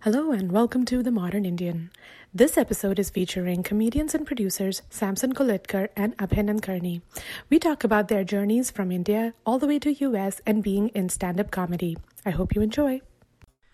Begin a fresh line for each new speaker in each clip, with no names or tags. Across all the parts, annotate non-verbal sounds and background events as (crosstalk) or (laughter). Hello and welcome to The Modern Indian. This episode is featuring comedians and producers Samson Kolitkar and Abhinan Karni. We talk about their journeys from India all the way to US and being in stand-up comedy. I hope you enjoy.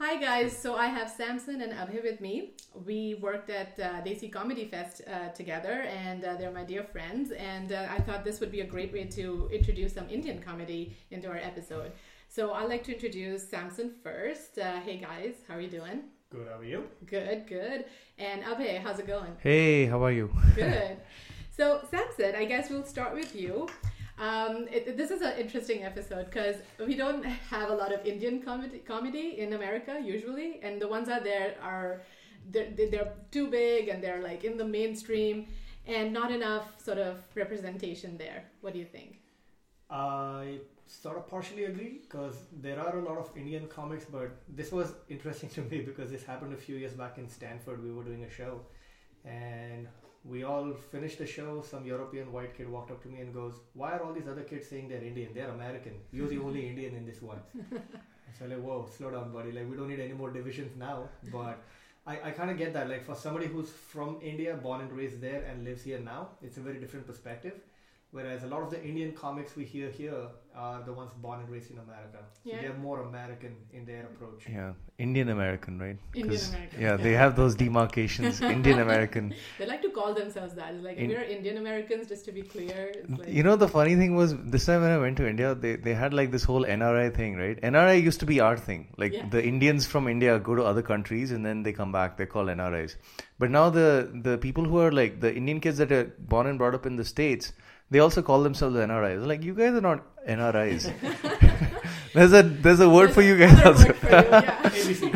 Hi guys, so I have Samson and Abhi with me. We worked at uh, Desi Comedy Fest uh, together, and uh, they're my dear friends. And uh, I thought this would be a great way to introduce some Indian comedy into our episode. So I'd like to introduce Samson first. Uh, hey guys, how are you doing?
Good, how are you?
Good, good. And Abhi, how's it
(laughs)
going?
Hey, how are you?
Good. So, Samson, I guess we'll start with you. Um, it, this is an interesting episode because we don't have a lot of Indian comedy, comedy in America usually, and the ones that there are they're, they're too big and they're like in the mainstream, and not enough sort of representation there. What do you think?
I sort of partially agree because there are a lot of Indian comics, but this was interesting (laughs) to me because this happened a few years back in Stanford. We were doing a show and we all finished the show. Some European white kid walked up to me and goes, Why are all these other kids saying they're Indian? They're American. You're the only Indian in this one. so, like, whoa, slow down, buddy. Like, we don't need any more divisions now. But I, I kind of get that. Like, for somebody who's from India, born and raised there, and lives here now, it's a very different perspective. Whereas a lot of the Indian comics we hear here are the ones born and raised in America. So
Yeah.
they're more American in their approach.
Yeah, Indian American, right?
Indian
'Cause,
American,
Yeah,
yeah.
they have those
(laughs)
demarcations. Indian American.
They like to call themselves that. It's Like
In-
we're Indian Americans, just to be clear. It's like,
You know, the funny thing was this time when I went to India, they, they had like this whole NRI thing, right? NRI used to be our thing. Like
Yeah.
the Indians from India go to other countries and then they come back. They're called NRIs. But now the the people who are like the Indian kids that are born and brought up in the states, they also call themselves NRIs. Like you guys are not
(laughs)
NRIs. there's a there's a word for you
There's
guys
another
also.
word for you, yeah.
ABC.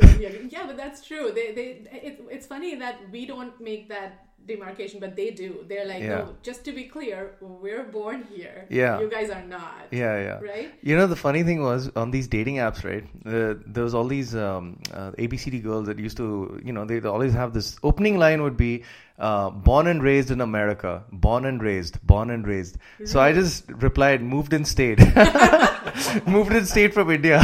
totally agree. Yeah, but that's true. They, they, it, it's funny that we don't make that demarcation, but they do. They're like,
Yeah.
no, just to be clear, we're born here.
Yeah.
You guys are not.
Yeah, yeah.
Right?
You know, the funny thing was on these dating apps, right? Uh, there was all these um, uh, ABCD girls that used to, you know, they always have this opening line would be uh, born and raised in America, born and raised, born and raised. So I just replied, moved and stayed. (laughs) moved and stayed from India.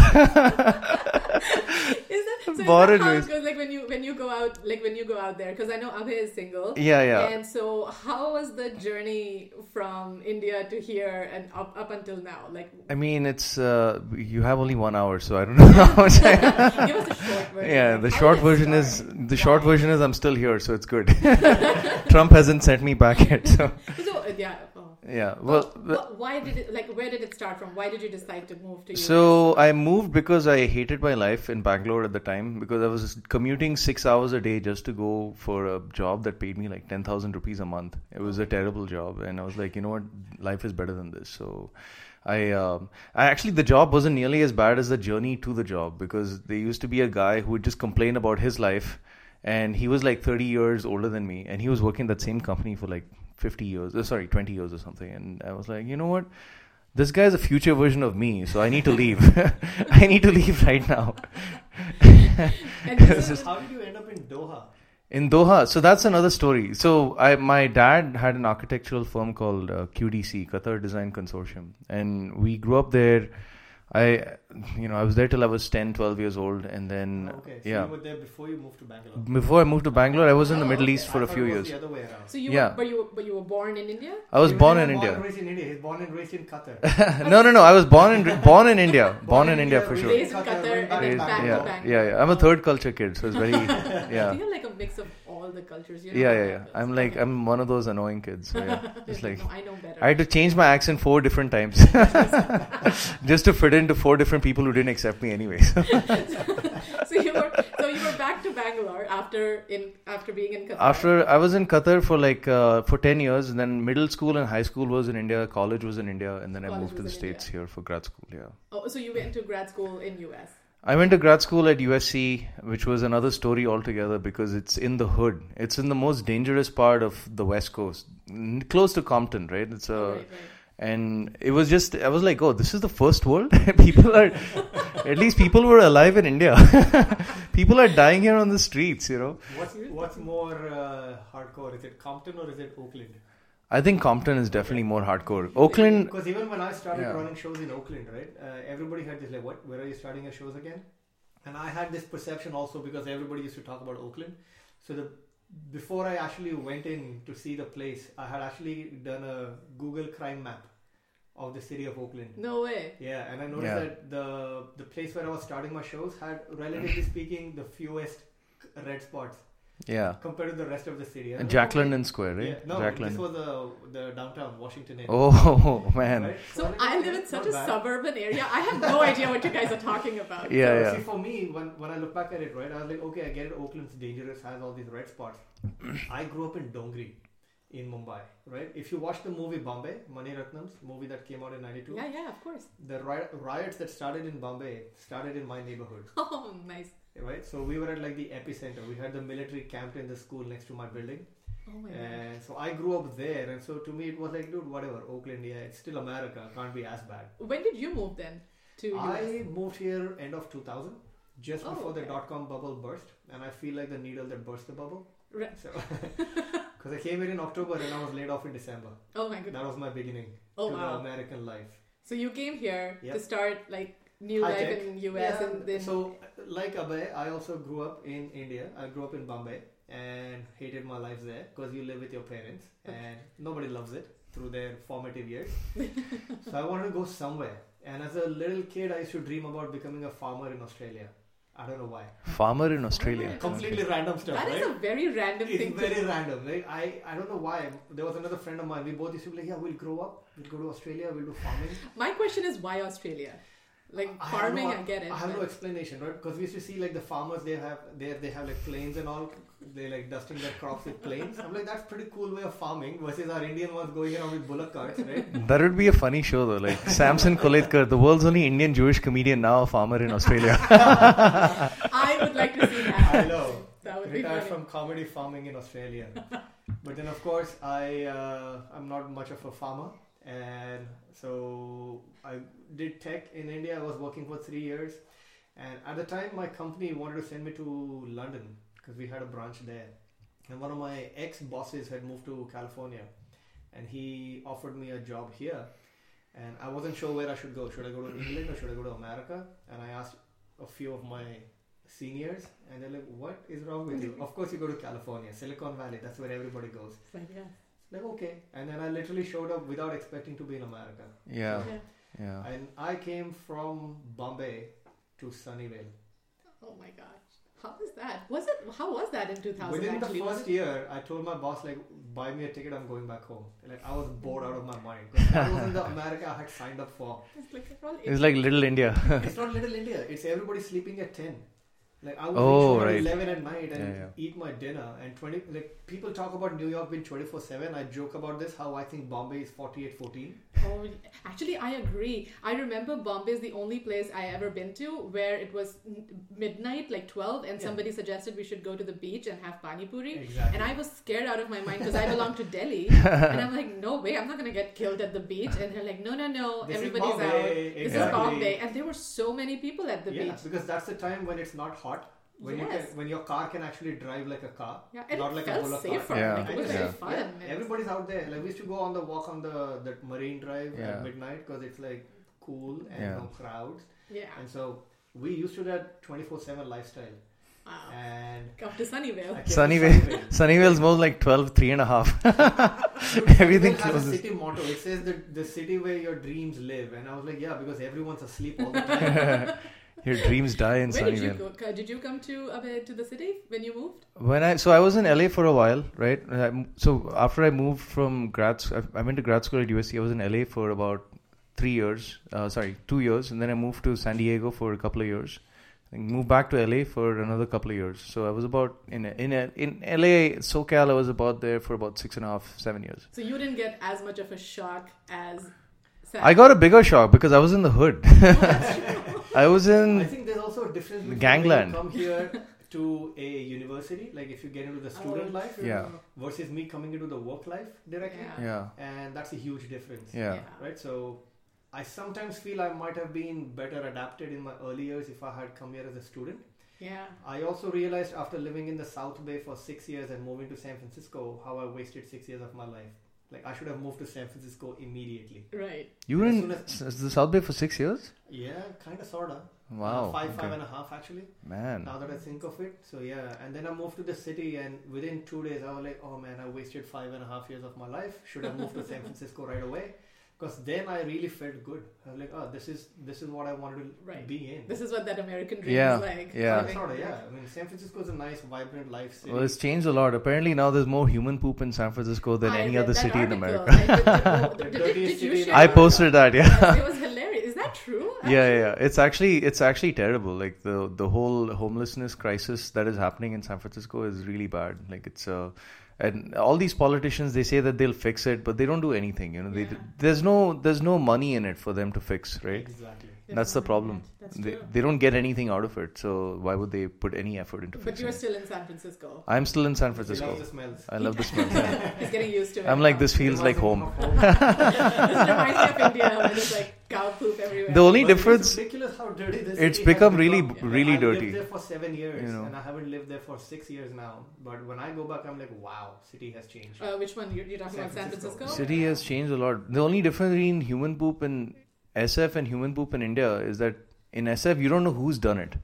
(laughs)
Is that, so is
Born
that
and
how it
raised.
goes? Like when you when you go out, like when you go out there, because I know Abhay is single.
Yeah, yeah.
And so, how was the journey from India to here and up up until now?
(laughs)
Like,
I mean, it's, uh, you have only one hour, so I don't (laughs) know how much
(laughs)
I
give us a short version.
Yeah,
Like,
the
how
short
did it
version is
start?
the short version is I'm still here, so it's good. (laughs) Trump hasn't sent me back yet, so
So, yeah. Oh.
yeah. Well,
Wh- why did it like where did it start from why did you decide to move to US?
So I moved because I hated my life in Bangalore at the time because I was commuting six hours a day just to go for a job that paid me like ten thousand rupees a month. It was a terrible job, and I was like, you know what, life is better than this. So. I, um, I actually the job wasn't nearly as bad as the journey to the job because there used to be a guy who would just complain about his life and he was like 30 years older than me and he was working that same company for like 50 years uh, sorry 20 years or something and i was like you know what this guy's a future version of me so i need to leave (laughs) i need to leave right now (laughs)
and this is,
How did you end up in Doha?
in doha so that's another story so i my dad had an architectural firm called uh, qdc qatar design consortium and we grew up there i you know i was there till i was 10 12 years old and then
Okay, so
yeah
you were there before you moved to Bangalore.
before i moved to bangalore i was in the
Oh,
middle
okay.
east for
I
a
thought
few
it was
years
The other way around.
so you
yeah.
were, but you were- but you were born in India
i was
He
born
not
in
born
india (laughs)
and raised in India. He's born and raised in Qatar. (laughs)
no, no, no. I was born in born in India. Born in India for
raised
sure.
Raised in Qatar
went
and
back
then
Raised-
to
back to
yeah,
Bangalore.
back.
yeah, yeah. I'm a
(laughs)
third culture kid, so it's very
I
yeah,
think you're like a mix of all the cultures you
yeah, yeah. yeah. I'm like I'm one of those annoying kids. So
(laughs)
yeah, just like
no, I know better
I
(laughs)
had to change my accent four different times (laughs) just to fit into four different people who didn't accept me anyway.
so you were so you were back to Bangalore after in after being in Qatar
After I was in Qatar for like uh, for ten years, and then middle school and high school was in India, college was in India, and then
College
I moved to the
was in
states here for grad school. Yeah.
oh, so you went to grad school in US
I went to grad school at USC, which was another story altogether because it's in the hood. It's in the most dangerous part of the West Coast, n- close to Compton, right? It's a,
Right, right.
and it was just I was like, oh, this is the first world. (laughs) people are, at least people were alive in India. (laughs) people are dying here on the streets, you know.
What's, what's more uh, hardcore? Is it Compton or is it Oakland?
I think Compton is definitely more hardcore. Oakland,
Because even when I started
Yeah.
running shows in Oakland, right, uh, everybody had this like, "What? Where are you starting your shows again?" And I had this perception also because everybody used to talk about Oakland. So the before I actually went in to see the place, I had actually done a Google crime map of the city of Oakland.
No way.
Yeah, and I noticed
Yeah.
that the the place where I was starting my shows had, relatively
Mm.
speaking, the fewest red spots
yeah,
compared to the rest of the city. And
and Jacqueline and Square, right?
Yeah, no,
Jacqueline.
this was the the downtown Washington area.
oh (laughs) man,
Right?
So
think
I
it's
live in
not
such a
bad.
suburban area. I have no idea what you guys are talking about.
(laughs) Yeah,
So,
yeah.
See, for me, when, when I look back at it, right, I was like, okay, I get it. Oakland's dangerous, has all these red
(clears throat)
spots. I grew up in Dongri, in Mumbai, right? If you watch the movie Bombay, Mani Ratnam's movie that came out in '92,
Yeah, yeah, of course. (laughs)
the ri- riots that started in Bombay started in my neighborhood,
Oh, nice.
right? So we were at like the epicenter. We had the military camped in the school next to my building,
Oh my god.
and so I grew up there. And so to me, it was like, dude, whatever, Oakland, yeah, it's still America, can't be as bad.
When did you move then to US?
I moved here end of 2000, just
Oh,
before the
okay.
dot com bubble burst, and I feel like the needle that burst the bubble.
Re-
So, (laughs)
(laughs)
because I came here in October and I was laid off in December.
oh my goodness.
That was my beginning
Oh,
to
wow.
the American life.
So you came here
Yep.
to start like new
High
life
tech.
in US
Yeah,
and then
so, like Abhay, I also grew up in India. I grew up in Bombay and hated my life there because you live with your parents and nobody loves it through their formative years.
(laughs)
so I wanted to go somewhere. And as a little kid, I used to dream about becoming a farmer in Australia. I don't know why.
farmer in Australia.
Completely random stuff,
that
right?
is a very random thing.
It's
to-
very random. Like I, I don't know why. There was another friend of mine. We both used to be like, yeah, we'll grow up, we'll go to Australia, we'll do farming.
My question is why Australia? Like
I have
farming,
no-
I get it.
I have no
but-
explanation, right? Because we used to see like the farmers. They have there they have like planes and all. They like dusting their crops with planes. I'm like, that's pretty cool way of farming versus our Indian ones going around with bullock carts, right?
That would be a funny show though, like Samson Koletkar, the world's only Indian Jewish comedian now a farmer in
(laughs)
Australia.
I would like to see that.
I know.
(laughs) That would be
Retired
funny.
from comedy farming in
(laughs)
Australia. but then, of course, I uh, I'm not much of a farmer, and so I did tech in India. I was working for three years, and at the time, my company wanted to send me to London because we had a branch there, and one of my ex bosses had moved to California, and he offered me a job here. And I wasn't sure where I should go. Should I go to England or should I go to America? And I asked a few of my seniors and they're like what is wrong with you of course you go to california silicon valley that's where everybody goes
It's like, yeah.
like okay and then i literally showed up without expecting to be in america
yeah,
yeah.
yeah.
and i came from bombay to sunnyvale
Oh my gosh. How is that? Was it how was that in 2000
within
actually?
the
Was
first
it-
year i told my boss like buy me a ticket i'm going back home like i was bored out of my mind 'Cause that wasn't the america i had signed up for
it's like, well, it-
It's like Little India. (laughs)
it's not little india it's everybody sleeping at 10 like i would
Oh,
reach home at
right.
11 at night and
Yeah, yeah.
eat my dinner and 20 like people talk about new york being 24 7 i joke about this how i think bombay is 48 14
Oh, actually, I agree. I remember Bombay is the only place I ever been to where it was n- midnight, like 12, and
Yeah.
somebody suggested we should go to the beach and have pani puri.
Exactly.
And I was scared out of my mind
(laughs)
because I belong to Delhi. and I'm like, no way, I'm not going to get killed at the beach. And they're like, no, no, no,
This is
everybody's
Bombay,
out. This is
exactly.
Bombay. And there were so many people at the
yeah
beach.
because that's the time when it's not hot when you
Yes.
can when your car can actually drive like a car
Yeah, and
not
it
like a
felt
bullock
safer.
car
Yeah.
Like, it was
Yeah.
very
Yeah.
fun.
Yeah, everybody's out there like we used to go on the walk on the that marine drive
Yeah.
at midnight because it's like cool and
Yeah.
no crowds
Yeah.
and so we used to that 24 7 lifestyle
Wow.
and
Come to Sunnyvale.
I came to
Sunnyvale, (laughs) Sunnyvale's more like 12, three and a half. Everything
Sunnyvale has a
closes.
city motto. It says that the city where your dreams live, and I was like, yeah, because everyone's asleep all the
(laughs)
time.
(laughs)
Your dreams die in
Where did you
Sunnyvale.
go? uh, Did you come to uh, to the city when you moved?
When I so I was in LA for a while, right? And I m- So after I moved from grad, sc- I- I went to grad school at USC. I was in LA for about three years, uh, sorry, two years, and then I moved to San Diego for a couple of years. And moved back to LA for another couple of years. So I was about in in in LA, SoCal. I was about there for about six and a half, seven years.
So you didn't get as much of a shock as Sam. Oh,
I got a bigger shock because I was in the hood.
(laughs)
I was
I
in
think there's also a difference between
Gangland.
when you come here to a university, like if you get into the student
Oh,
life,
true.
Yeah.
versus me coming into the work life directly,
Yeah.
yeah,
and that's a huge difference,
yeah,
right? So. I sometimes feel I might have been better adapted in my early years if I had come here as a student.
Yeah.
I also realized after living in the South Bay for six years and moving to San Francisco how I wasted six years of my life. Like I should have moved to San Francisco immediately.
Right.
You were
As
in
soon as-
s- the South Bay for six years?
Yeah, kind of, sorta.
Wow.
Uh, Five, five
okay.
and a half actually.
Man.
Now that I think of it, so yeah. And then I moved to the city, and within two days, I was like, oh man, I wasted five and a half years of my life. Should have moved to San Francisco right away. Because then I really felt good. I was like, oh, this is this is what I wanted to
Right.
be in.
This is what that American dream
Yeah,
is like.
yeah.
Like,
Sort of, yeah. I mean, San Francisco is a nice, vibrant life city.
Well, it's changed a lot. Apparently now there's more human poop in San Francisco than
I
any
read
other
that
city in
article.
America.
Like,
(laughs) The
did, did, did,
dirtiest
did you
city in
share
I
that?
posted that, yeah. (laughs)
Yes, it was hilarious. Is that true?
yeah yeah it's actually it's actually terrible like the the whole homelessness crisis that is happening in san francisco is really bad like it's uh and all these politicians they say that they'll fix it but they don't do anything you know they
Yeah.
there's no there's no money in it for them to fix right
Exactly.
Actually?
that's the problem
That's
they,
true.
they don't get anything out of it so why would they put any effort into
but
fixing
you're
it
still in San Francisco.
i'm still in san
He
francisco
loves the smells.
i love the smell
(laughs) He's getting used to it.
i'm like
now.
this feels like
Reminds
home
him of home.
(laughs) this reminds me of India where there's like cow poop everywhere.
the only
But
difference
It's ridiculous how dirty this
It's
city has
become really-
become.
really
I've
dirty,
lived there for seven years,
you know.
and I haven't lived there for six years now. But when I go back, I'm like, wow, city has changed.
Uh, which one? You're, you're talking
San
about San
Francisco.
Francisco?
City has changed a lot. The only difference between human poop in SF and human poop in India is that in SF you don't know who's done it.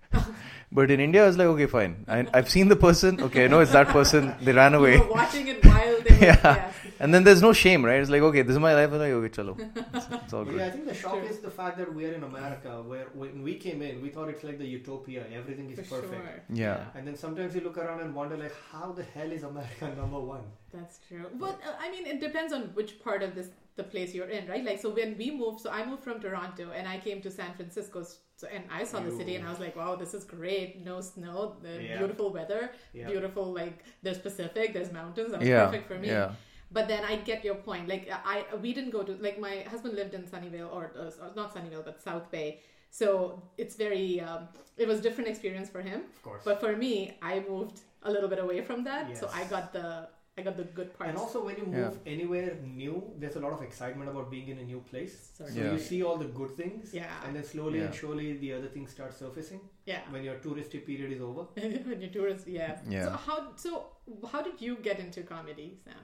but in India it's like okay fine. I, I've seen the person. Okay, I know it's that person. They ran
You
away.
were watching it while
(laughs)
they were.
Yeah.
yeah.
And then there's no shame, right? It's like okay, this is my life. I'm like okay, chalo. It's, it's
(laughs)
all
But yeah, I
good.
think the shock
Sure.
is the fact that we are in America, where when we came in, we thought it's like the utopia, everything is
For
perfect.
sure.
Yeah.
And then sometimes you look around and wonder, like, how the hell is America (laughs) number one?
That's true. But uh, I mean, it depends on which part of this the place you're in, right? Like, so when we moved, so I moved from Toronto and I came to San Francisco, so, and I saw the city and I was like, wow, this is great. No snow, the
Yeah.
beautiful weather,
Yeah.
beautiful like there's Pacific, there's mountains. That was
Yeah.
perfect for me.
Yeah.
But then I get your point. Like I, we didn't go to like my husband lived in Sunnyvale or uh, not Sunnyvale but South Bay, so it's very um, it was different experience for him.
Of course.
But for me, I moved a little bit away from that, so
Yes.
I got the I got the good parts.
and also, when you move
Yeah.
anywhere new, there's a lot of excitement about being in a new place.
Sorry.
So
Yeah.
you see all the good things,
Yeah.
and then slowly and
Yeah.
surely the other things start surfacing
yeah.
when your touristy period is over.
(laughs) when you're tourist, yeah.
Yeah.
So how so how did you get into comedy,
(laughs)
Sam?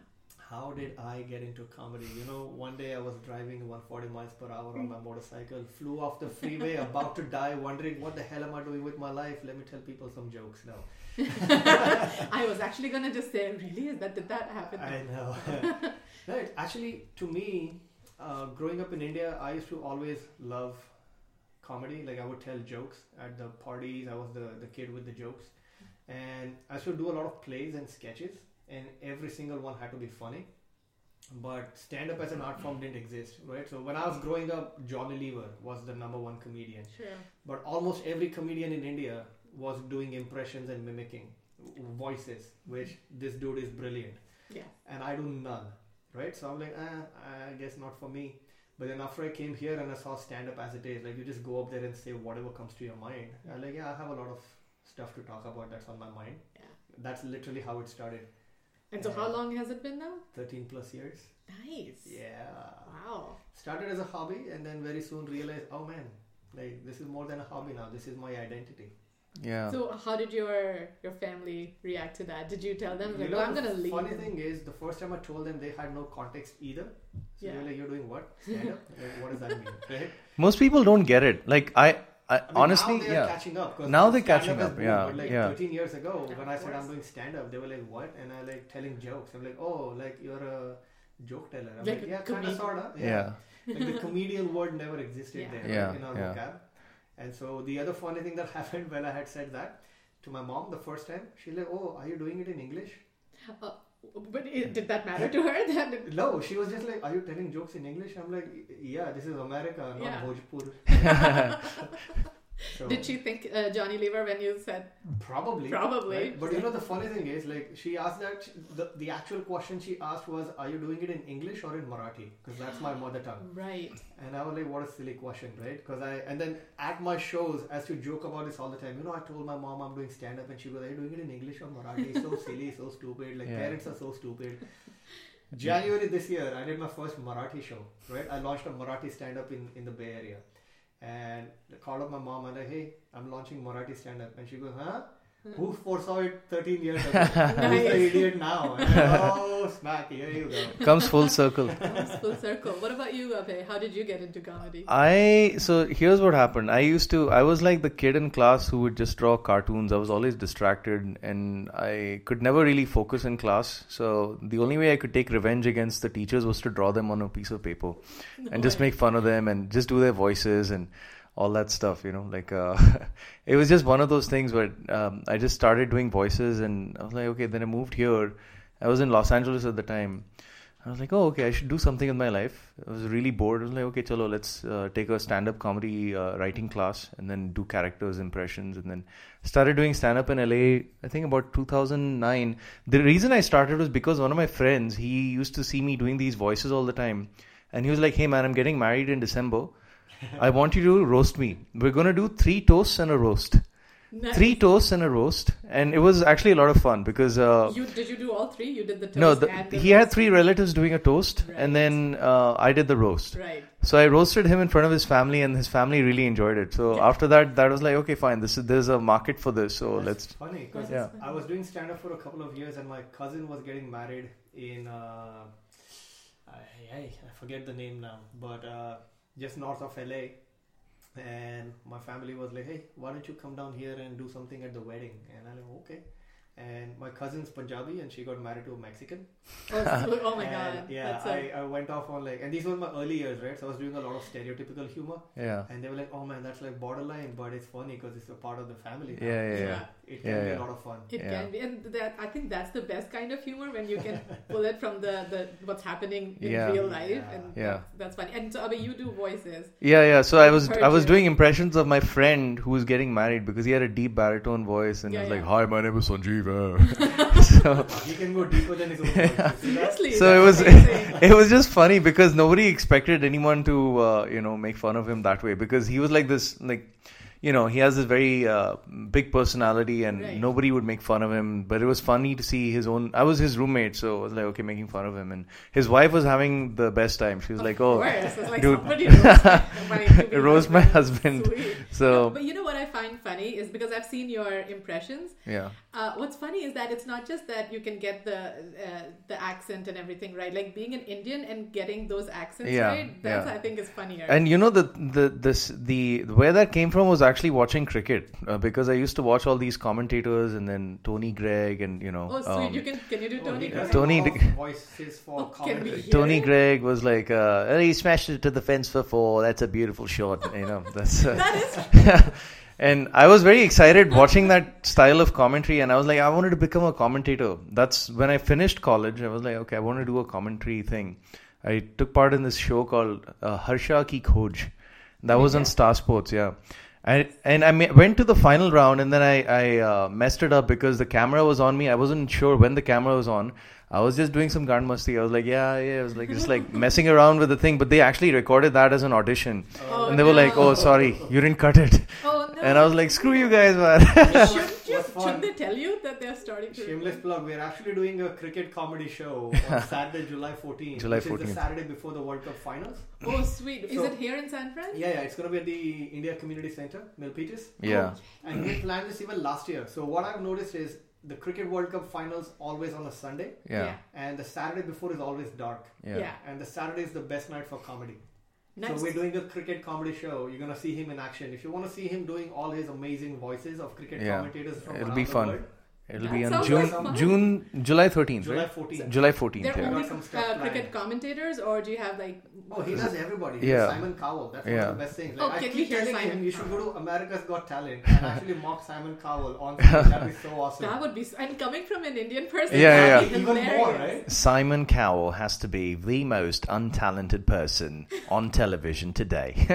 How did I get into comedy? You know, one day I was driving 140 miles per hour on my motorcycle, flew off the
(laughs)
freeway, about to die, wondering what the hell am I doing with my life? Let me tell people some jokes now.
I was actually gonna just say, really, is that did that happen?
I know.
(laughs)
(laughs) right. Actually, to me, uh, growing up in India, I used to always love comedy. Like I would tell jokes at the parties. I was the, the kid with the jokes, and I used to do a lot of plays and sketches, and every single one had to be funny. But stand up as an art form didn't exist, right? So when I was growing up, Johnny Lever was the number one comedian
Sure.
but almost every comedian in India was doing impressions and mimicking voices, which this dude is brilliant,
Yeah.
and I do none, right? So I'm like, ah, I guess not for me. But then after I came here and I saw stand up as it is, like you just go up there and say whatever comes to your mind. I'm like, yeah, I have a lot of stuff to talk about that's on my mind.
Yeah.
That's literally how it started.
And so,
Yeah.
how long has it been now?
13 plus years.
Nice.
Yeah.
Wow.
Started as a hobby and then very soon realized, oh man, like this is more than a hobby now. This is my identity.
Yeah.
So how did your your family react to that? Did you tell them
You
like,
know,
"Oh, I'm gonna
the
leave?
Funny thing is, the first time I told them, they had no context either. So they
Yeah.
were like, "You're doing what? Stand up? like, what does
(laughs)
that mean?" Right?
Most people don't get it. Like I, I
I mean,
honestly
now they're
yeah.
catching up. 'cause
Now they're
stand-up
catching
has
up,
boomed,
yeah,
but, like
yeah.
13 years ago, when I said
course.
I'm doing stand up, they were like, "What?" And I like telling jokes. I'm like, "Oh, like you're a joke teller." I'm
Like
like,
a
"Yeah, kind
comedian."
of, sorta."
yeah.
like
(laughs)
the comedian word never existed
Yeah.
there
Yeah,
right, in our
yeah.
vocab. And so the other funny thing that (laughs) happened when I had said that to my mom the first time, she's like, "Oh, are you doing it in English?"
Uh, but it, did that matter to her?
(laughs)
That
No, she was just like, "Are you telling jokes in English?" I'm like, "Yeah, this is America, not
Yeah.
Bhojpur." So,
(laughs) did she think uh, Johnny Lever when you said
probably?
Probably.
right? But you know, the funny thing is, like, she asked that the, the actual question she asked was, "Are you doing it in English or in Marathi?" Because that's my mother tongue.
right?
And I was like, "What a silly question, right?" Because I and then at my shows, I used to joke about this all the time. You know, I told my mom I'm doing stand up, and she goes, "Are you doing it in English or Marathi?" so silly, so stupid. Like
Yeah.
parents are so stupid. January this year, I did my first Marathi show. Right, I launched a Marathi stand up in, in the Bay Area, and I called up my mom and I, hey, I'm launching Marathi stand up, and she goes, huh? Who foresaw it 13 years ago? Who's the idiot now? And, oh, smack, here you go.
Comes full circle.
Comes full circle. What about you, Abhay? How did you get into comedy?
Uh, I so here's what happened. I used to I was like the kid in class who would just draw cartoons. I was always distracted and I could never really focus in class. So the only way I could take revenge against the teachers was to draw them on a piece of paper and just make fun of them and just do their voices and all that stuff you know like uh, (laughs) it was just one of those things where um, i just started doing voices and i was like okay then i moved here i was in los angeles at the time i was like oh okay i should do something with my life i was really bored i was like okay chalo let's uh, take a stand up comedy uh, writing class and then do characters impressions and then started doing stand up in la i think about 2009 the reason i started was because one of my friends he used to see me doing these voices all the time and he was like hey man i'm getting married in december I want you to roast me. We're going to do three toasts and a roast.
Nice.
Three toasts and a roast. And it was actually a lot of fun because. Uh,
You did you do all three? You did the toast.
no, the,
and the
he had
roast?
three relatives doing a toast, and
Right.
then uh, I did the roast.
Right.
So I roasted him in front of his family, and his family really enjoyed it. So after that, that was like, okay, fine, this is there's a market for this. So
That's
let's.
funny because I
Yeah.
Uh-huh.
was doing stand up for a couple of years, and my cousin was getting married in uh, I, I I forget the name now, but uh, just north of LA. And my family was like, "Hey, why don't you come down here and do something at the wedding?" And I'm like, "Okay." And my cousin's Punjabi, and she got married to a Mexican.
Oh, so- oh my
(laughs) And,
god.
Yeah,
That's a-
I, I went off on like, and these were my early years, right? So I was doing a lot of stereotypical humor,
Yeah.
and they were like, "Oh man, that's like borderline, but it's funny because it's a part of the family." now."
Yeah, yeah,
Yeah.
yeah.
It can
Yeah,
be
yeah.
a lot of fun.
It
Yeah.
can be, and that I think that's the best kind of humor when you
(laughs)
can pull it from the, the what's happening in
Yeah.
real life,
Yeah.
and
Yeah.
that- that's funny. And so, Abhay, you do voices.
Yeah, yeah. So I was I was
Encouraging.
doing impressions of my friend who was getting married because he had a deep baritone voice and he
Yeah,
was like,
yeah.
"Hi, my name is Sanjeev."
(laughs)
eh." (laughs) so
He can go deeper than his own voice. See that?
Seriously,
so it was
that's
(laughs)
amazing.
it was just funny because nobody expected anyone to uh, you know make fun of him that way because he was like this like you know he has this very uh, big personality and
Right.
nobody would make fun of him but it was funny to see his own i was his roommate so i was like okay making fun of him and his wife was having the best time she was
Of
like oh
course. It's like
dude.
somebody roast
(laughs)
my, to be
Roast my husband.
Sweet.
So-
(laughs) but you know what I find funny is because I've seen your impressions.
yeah
Uh, what's funny is that it's not just that you can get the uh, the accent and everything right. Like being an Indian and getting those accents
Yeah,
right, that's
yeah.
I think is funnier.
And you know the the this the where that came from was actually watching cricket uh, because I used to watch all these commentators and then Tony Gregg and you know
oh, sweet!
um,
you can can you do
Oh,
Tony?
he
Gregg?
does
Tony
all
Dick-
voices for
Oh, can
commentary.
we-
Tony
Yeah.
Gregg was like uh, "Oh, he smashed it to the fence for four. That's a beautiful shot. You know that's. Uh,
That
(laughs)
is
and I was very excited watching that style of commentary, and I was like, I wanted to become a commentator. That's when I finished college. I was like, okay, I want to do a commentary thing. I took part in this show called uh, Harsha Ki Khoj. That was on Star Sports, yeah. And, and I ma- went to the final round, and then I, I uh, messed it up because the camera was on me. I wasn't sure when the camera was on. I was just doing some Gan Masti. I was like, yeah, yeah. I was like,
(laughs)
just like messing around with the thing. But they actually recorded that as an audition.
Oh,
Uh,
and they were like,
no.
oh, sorry, you didn't cut it.
Oh no!
And I was like, screw you
(laughs)
guys, man. (laughs)
shouldn't, you,
What's fun?
shouldn't they tell you that they're starting to?
Shameless plug. We're actually doing a cricket comedy show
(laughs)
on Saturday, July 14th.
July
which
14th.
is the Saturday before the World Cup finals.
Oh sweet! Is
So-
it here in San Fran?
Yeah, yeah. It's going to be at the India Community Center, Milpitas.
yeah.
Oh,
And
Mm.
we planned this even last year. So what I've noticed is the Cricket World Cup finals always on a Sunday,
Yeah.
and the Saturday before is always dark.
Yeah.
Yeah.
And the Saturday is the best night for comedy.
Nice.
So we're doing a cricket comedy show. You're gonna see him in action. If you want to see him doing all his amazing voices of cricket
Yeah.
commentators from
It'll
around
be
the
fun.
world,
It'll
That
be on
sounds
June,
like fun.
June, July 13th,
July
right?
14th.
July 14th,
They're
yeah.
We
only
got some stuff
uh,
planned.
cricket commentators, or do you have like?
Oh, he does everybody. He's
Yeah.
Simon Cowell. That's one
Yeah.
of the best things.
Oh,
Like, I
can
keep
we hear
telling
Simon
him you should
Cowell?
go to America's Got
(laughs)
Talent and actually mock Simon Cowell on stage. That'd be so awesome.
That would be s- and coming from an Indian person,
Yeah, yeah,
that'd
yeah.
be
Even
hilarious.
more, right?
Simon Cowell has to be the most untalented person on television today. (laughs)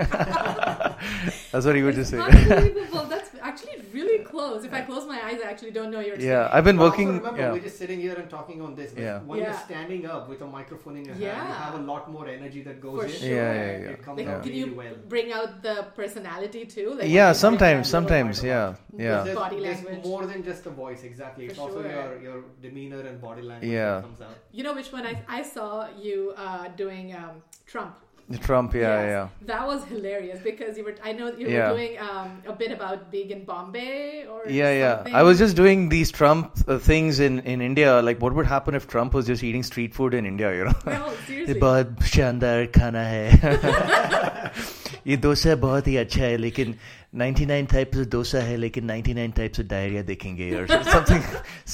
That's what he would just
It's
say.
unbelievable. That's actually really close. If I close my eyes, I actually don't know you're.
Yeah,
saying.
I've been
But also
working.
Remember,
Yeah.
we're just sitting here and talking on this. But
Yeah.
When you're
Yeah.
standing up with a microphone in your hand, you
Yeah.
have a lot more energy that goes
For
in.
sure.
Yeah, yeah, yeah.
It comes
Like,
out
can
really
you
well.
bring out the personality too? Like,
Yeah,
when you bring
sometimes,
that little-
sometimes, yeah,
Yeah.
yeah.
There's,
Body
there's
language.
more than just the voice, exactly.
For
It's also
sure.
your, your demeanor and body language
Yeah.
that comes out.
You know which one I I saw you uh, doing um, Trump.
Trump, yeah,
Yes.
yeah.
That was hilarious because you were. I know you
Yeah.
were doing um, a bit about being in Bombay or
Yeah,
something.
yeah. I was just doing these Trump uh, things in, in India. Like, what would happen if Trump was just eating street food in India, you know?
(laughs)
(laughs)
no
ये
seriously.
बहुत शानदार खाना है
(laughs)
ये डोसा बहुत ही अच्छा है लेकिन 99 टाइप्स ऑफ डोसा है लेकिन 99 टाइप्स ऑफ डायरिया देखेंगे और
(laughs)
समथिंing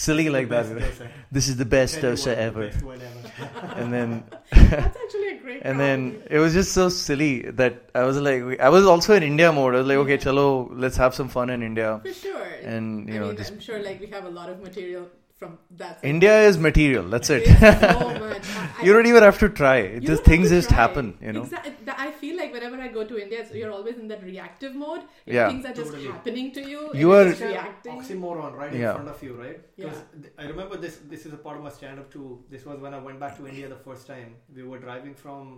silly like that
eh?
this is the best dosa ever and then
That's actually a great. comedy.
and then it was just so silly that I was like I was also in India mode I was like okay chalo let's have some fun in India
for sure.
and
I
you know
mean,
just
I'm sure like we have a lot of material from that.
India
(laughs)
is material that's it
so much. I- I-
(laughs) you don't even have to try It
You
just
don't have
things
to
just
try.
happen you know
Exact- th- I feel like whenever I go to India, it's- you're always in that reactive mode. If
Yeah.
Things are just
Totally.
happening to you. and
You
you're
are-
just reacting.
oxymoron right
Yeah.
in front of you, right? Because I remember this. This is a part of my stand-up too. This was when I went back to India the first time. We were driving from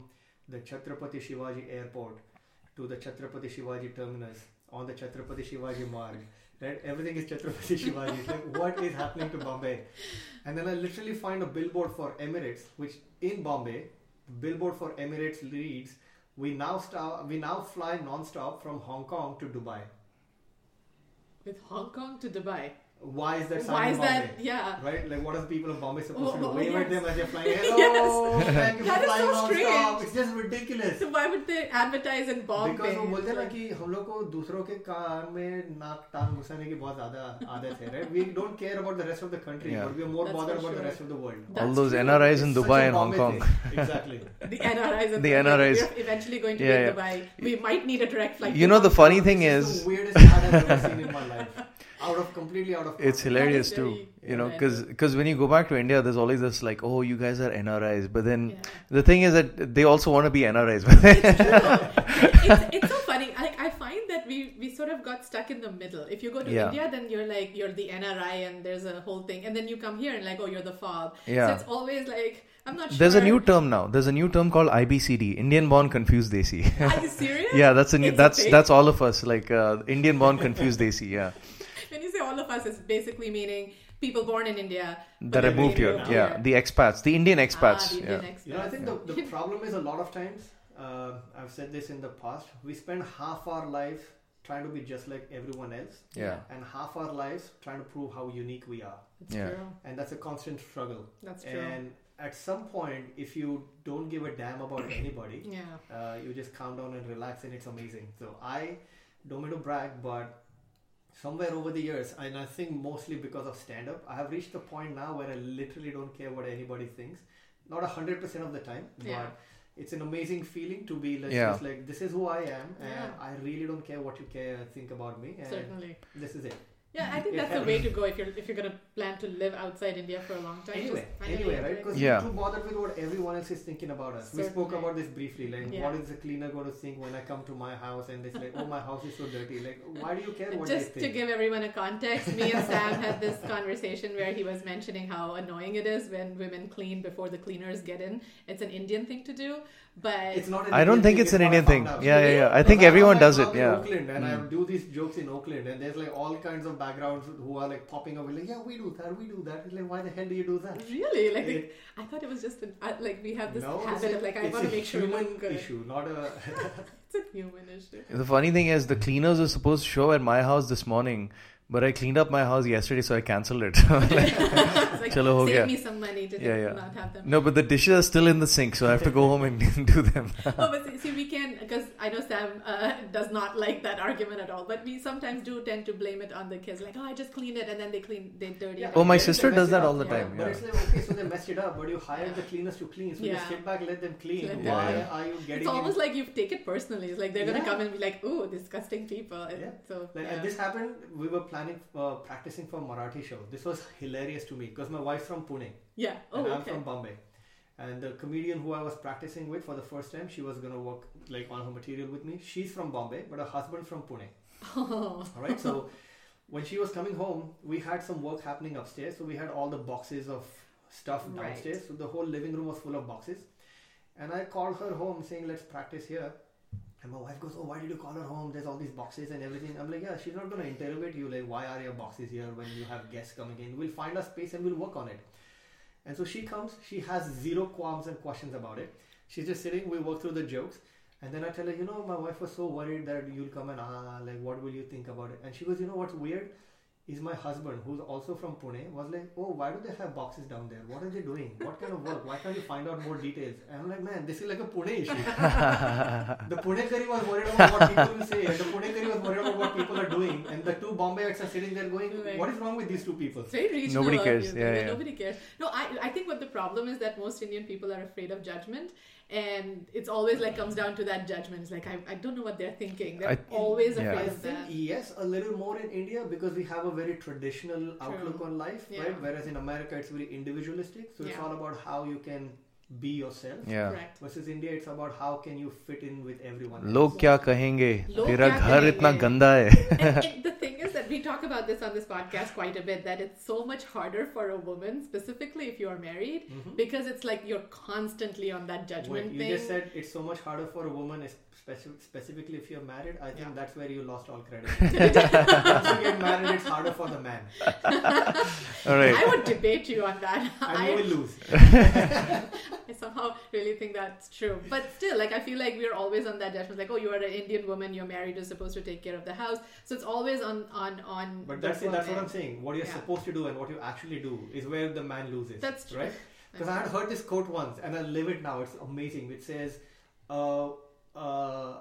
the Chhatrapati Shivaji Airport to the Chhatrapati Shivaji terminus on the Chhatrapati Shivaji Marg. Right, everything is Chhatrapati (laughs) Shivaji. It's like, what is happening to Bombay? And then I literally find a billboard for Emirates, which in Bombay, billboard for Emirates reads, "We now sta- we now fly non-stop from Hong Kong to Dubai."
With Hong Kong to Dubai.
Why is that? sign
Why
in
is
Bombay?
that? Yeah.
Right? Like, what are the people of Bombay supposed to do?
Oh, oh,
Wave
yes.
at them as they're
(laughs)
flying. Hello! Thank you
That
for
is
flying
so
non
strange.
It's just ridiculous.
So why would they advertise in Bombay?
Because वो बोलते हैं ना कि हम लोग को दूसरों के कान में नाक टांग घुसाने की बहुत ज्यादा आदत है right we don't care about the rest of the country
Yeah.
But we are more
That's for
bothered about the
sure.
Rest of the world
all
That's
those
true.
NRIs in Dubai and Hong Kong
exactly
the NRIs in
The
Dubai.
NRIs.
We're eventually going to
Yeah,
be in
yeah.
Dubai. We might need a direct flight.
you
to
know the
Hong
(laughs) funny
Kong.
thing
This
is
is the weirdest ad I've ever seen in my life. Out of completely out of
it's
context.
hilarious
is
too
very
you know
bad.
because when you go back to india there's always this like oh you guys are nris but then
Yeah.
the thing is that they also want to be nris (laughs)
it's, it's so funny. Like I find that we we sort of got stuck in the middle. If you go to
Yeah.
India, then you're like you're the NRI, and there's a whole thing, and then you come here and like oh you're the FOB.
Yeah.
So it's always like I'm not sure.
there's a new term now there's a new term called ibcd indian born
(laughs)
confused desi (laughs)
Are you serious?
yeah that's a new
It's a
that's
thing?
that's all of us like uh, indian born confused desi
(laughs)
yeah
When you say all of us, it's basically meaning people born in India but
that i
then they
moved here
moved
yeah the expats the indian expats
Ah, the
yeah
Indian expats.
You know, I think the, the problem is a lot of times, uh, I've said this in the past, we spend half our lives trying to be just like everyone else,
yeah
and half our lives trying to prove how unique we are.
That's
Yeah.
true.
And that's a constant struggle.
That's true.
And at some point, if you don't give a damn about anybody,
yeah.
uh, you just calm down and relax, and it's amazing. So, I don't mean to brag, but somewhere over the years, and I think mostly because of stand up, I have reached the point now where I literally don't care what anybody thinks. Not 100% of the time,
Yeah.
but it's an amazing feeling to be like,
Yeah.
just like, this is who I am, and
Yeah.
I really don't care what you care think about me, and
Certainly.
this is it.
Yeah, I think
Yeah.
that's the way to go if you're if you're gonna plan to live outside India for a long time. just
anyway,
find a way
anyway,
of
right?
doing
Because
it.
Yeah.
we're too bothered with what everyone else is thinking about us. We spoke
Certainly.
about this briefly. Like,
Yeah.
what is the cleaner going to think when I come to my house and they say, "Oh, my house is so dirty"? Like, why do you care what
Just
they
to
think?
give everyone a context, me
(laughs)
and Sam had this conversation where he was mentioning how annoying it is when women clean before the cleaners get in. It's an Indian thing to do, but
it's not. An
i don't
Indian
think it's an
what I
indian thing
found out.
yeah yeah yeah i think
Because
everyone
have my
does
mom
it
in
yeah
Oakland, and
Mm.
I do these jokes in Oakland, and there's like all kinds of backgrounds who are like popping up, like, "Yeah, we do that, we do that." It's like, why the hell do you do that?
really, like
It-
I thought it was just an, I- like we have this
no, it's
habit
a-
of like I
it's
want
a
to make sure we
human
look good.
issue, not a.
(laughs) It's a human
(laughs)
issue. (laughs)
The funny thing is, the cleaners were supposed to show at my house this morning, but I cleaned up my house yesterday, so I cancelled it. (laughs)
It's like,
Chalo ho
save
gaya.
me some money to
Yeah, yeah.
not have them.
no, but the dishes are still in the sink, so I have to go home and (laughs) do them.
oh, but see, see, we can because I know Sam uh, (laughs) does not like that argument at all. But we sometimes do tend to blame it on the kids, like, oh, I just clean it, and then they clean, they dirty. it.
Oh, my
but they
sister
mess
does
it
that
up.
all the
Yeah,
time,
But
yeah.
it's like, okay, so they messed it up, but you hired the cleaners to clean, so you
Yeah.
just sit back, let them clean.
Let
them
Why
clean.
are you getting
It's almost
in-
like you take it personally. It's like they're gonna
Yeah.
come and be like, "Ooh, disgusting people." And
Yeah.
So
Like,
yeah.
and this happened, we were planning, uh, practicing for Marathi show. This was hilarious to me because my wife's from Pune
yeah. Oh,
and I'm
okay.
from Bombay. And the comedian who I was practicing with for the first time, she was going to work like on her material with me. She's from Bombay, but her husband from Pune.
Oh,
All right. So when she was coming home, we had some work happening upstairs. So we had all the boxes of stuff
Right.
downstairs. So the whole living room was full of boxes. And I called her home saying, let's practice here. And my wife goes, oh, why did you call her home? There's all these boxes and everything. I'm like, yeah, she's not going to interrogate you. Like, why are your boxes here when you have guests coming in? We'll find a space and we'll work on it. And so she comes, she has zero qualms and questions about it. She's just sitting. We work through the jokes, and then I tell her, you know, my wife was so worried that you'll come and ah, like, what will you think about it? And she goes, you know, what's weird is my husband, who's also from Pune, was like, oh, why do they have boxes down there? What are they doing? What kind of work? Why can't you find out more details? And I'm like, man, this is like a Pune issue. the Pune curry was worried about what people will say, and the Pune curry was worried about what people are doing, and the two Bombayites are sitting there going,
Right.
what is wrong with these two
(laughs)
people?
It's very regional.
Nobody
out
cares.
here.
Yeah, yeah.
Nobody cares. No, I, I think what the problem is that most Indian people are afraid of judgment. And it's always like comes down to that judgment. It's like, I, I don't know what they're thinking. They're
I-
always
yeah.
afraid
I
of
think
that.
yes, a little more in India because we have a very traditional outlook on life,
Yeah.
right? Whereas in America, it's very individualistic. So it's
Yeah.
all about how you can be yourself.
Yeah.
Correct.
Versus India, it's about how can you fit in with everyone.
लोग क्या कहेंगे
लोग
तेरा
क्या
घर इतना
कहेंगे?
गंदा है
and,
(laughs)
and the thing is that we talk about this on this podcast quite a bit that it's so much harder for a woman specifically if you are married because it's like you're constantly on that judgment
Mm-hmm. Wait,
thing
you just said it's so much harder for a woman, es- speci- specifically if you're married. I think
Yeah.
that's where you lost all credit. Once you
(laughs)
(laughs) get married, it's harder
(laughs)
for the man,
(laughs) All right.
i would debate you on that
and
(laughs) I,
you will lose.
I somehow really think that's true but still like i feel like we're always on that judgment like oh you are an indian woman you're married you're supposed to take care of the house so it's always on on on
But
the
that's it. That's what
woman.
I'm saying. What you're
Yeah.
supposed to do and what you actually do is where the man loses.
That's true.
right. Because I had heard this quote once, and I live it now. It's amazing. Which says, uh, uh,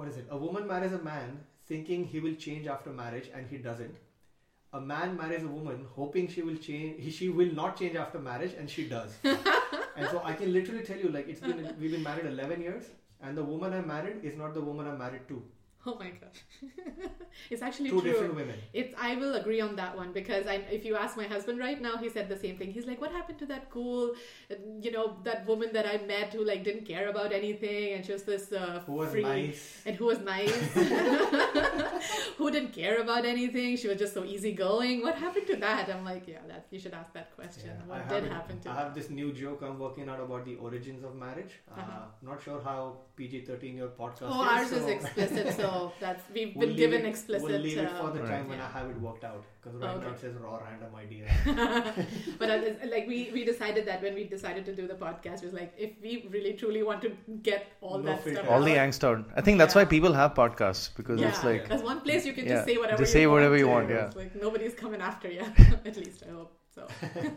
"What is it? A woman marries a man thinking he will change after marriage, and he doesn't. A man marries a woman hoping she will change. He, she will not change after marriage, and she does. and so I can literally tell you, like, it's been we've been married 11 years, and the woman I married is not the woman I'm married to.
(laughs) oh my gosh (laughs) it's actually
Two
true
different women.
It's I will agree on that one because I, if you ask my husband right now, he said the same thing. He's like, "What happened to that cool, uh, you know, that woman that I met who like didn't care about anything and she was this uh,
Who was
free
nice?
and who was nice, (laughs) who didn't care about anything. She was just so easygoing. What happened to that?" I'm like, "Yeah, that you should ask that question.
Yeah,
what
I
did
haven't-
happen to?"
I
that?
have this new joke I'm working out about the origins of marriage. Uh,
Uh-huh.
Not sure how PG-13 your podcast
Oh,
is.
ours
so
is explicit, so that's we've
we'll
been
leave
given
it-
explicit.
We'll leave it
uh,
for the
Right.
time when I
yeah.
have it worked out because right now
Okay.
it says raw random idea.
(laughs) but I was- uh, like we, we decided that when we decided to do the podcast was like if we really truly want to get all
No
that
filter.
stuff
All the
out,
angst out. I think that's why
Yeah.
people have podcasts because
yeah,
it's like
that's one place you can
yeah,
just say whatever
just
you
say
want
whatever you
to.
want, yeah.
It's like nobody's coming after
(laughs)
you (laughs) at least I hope so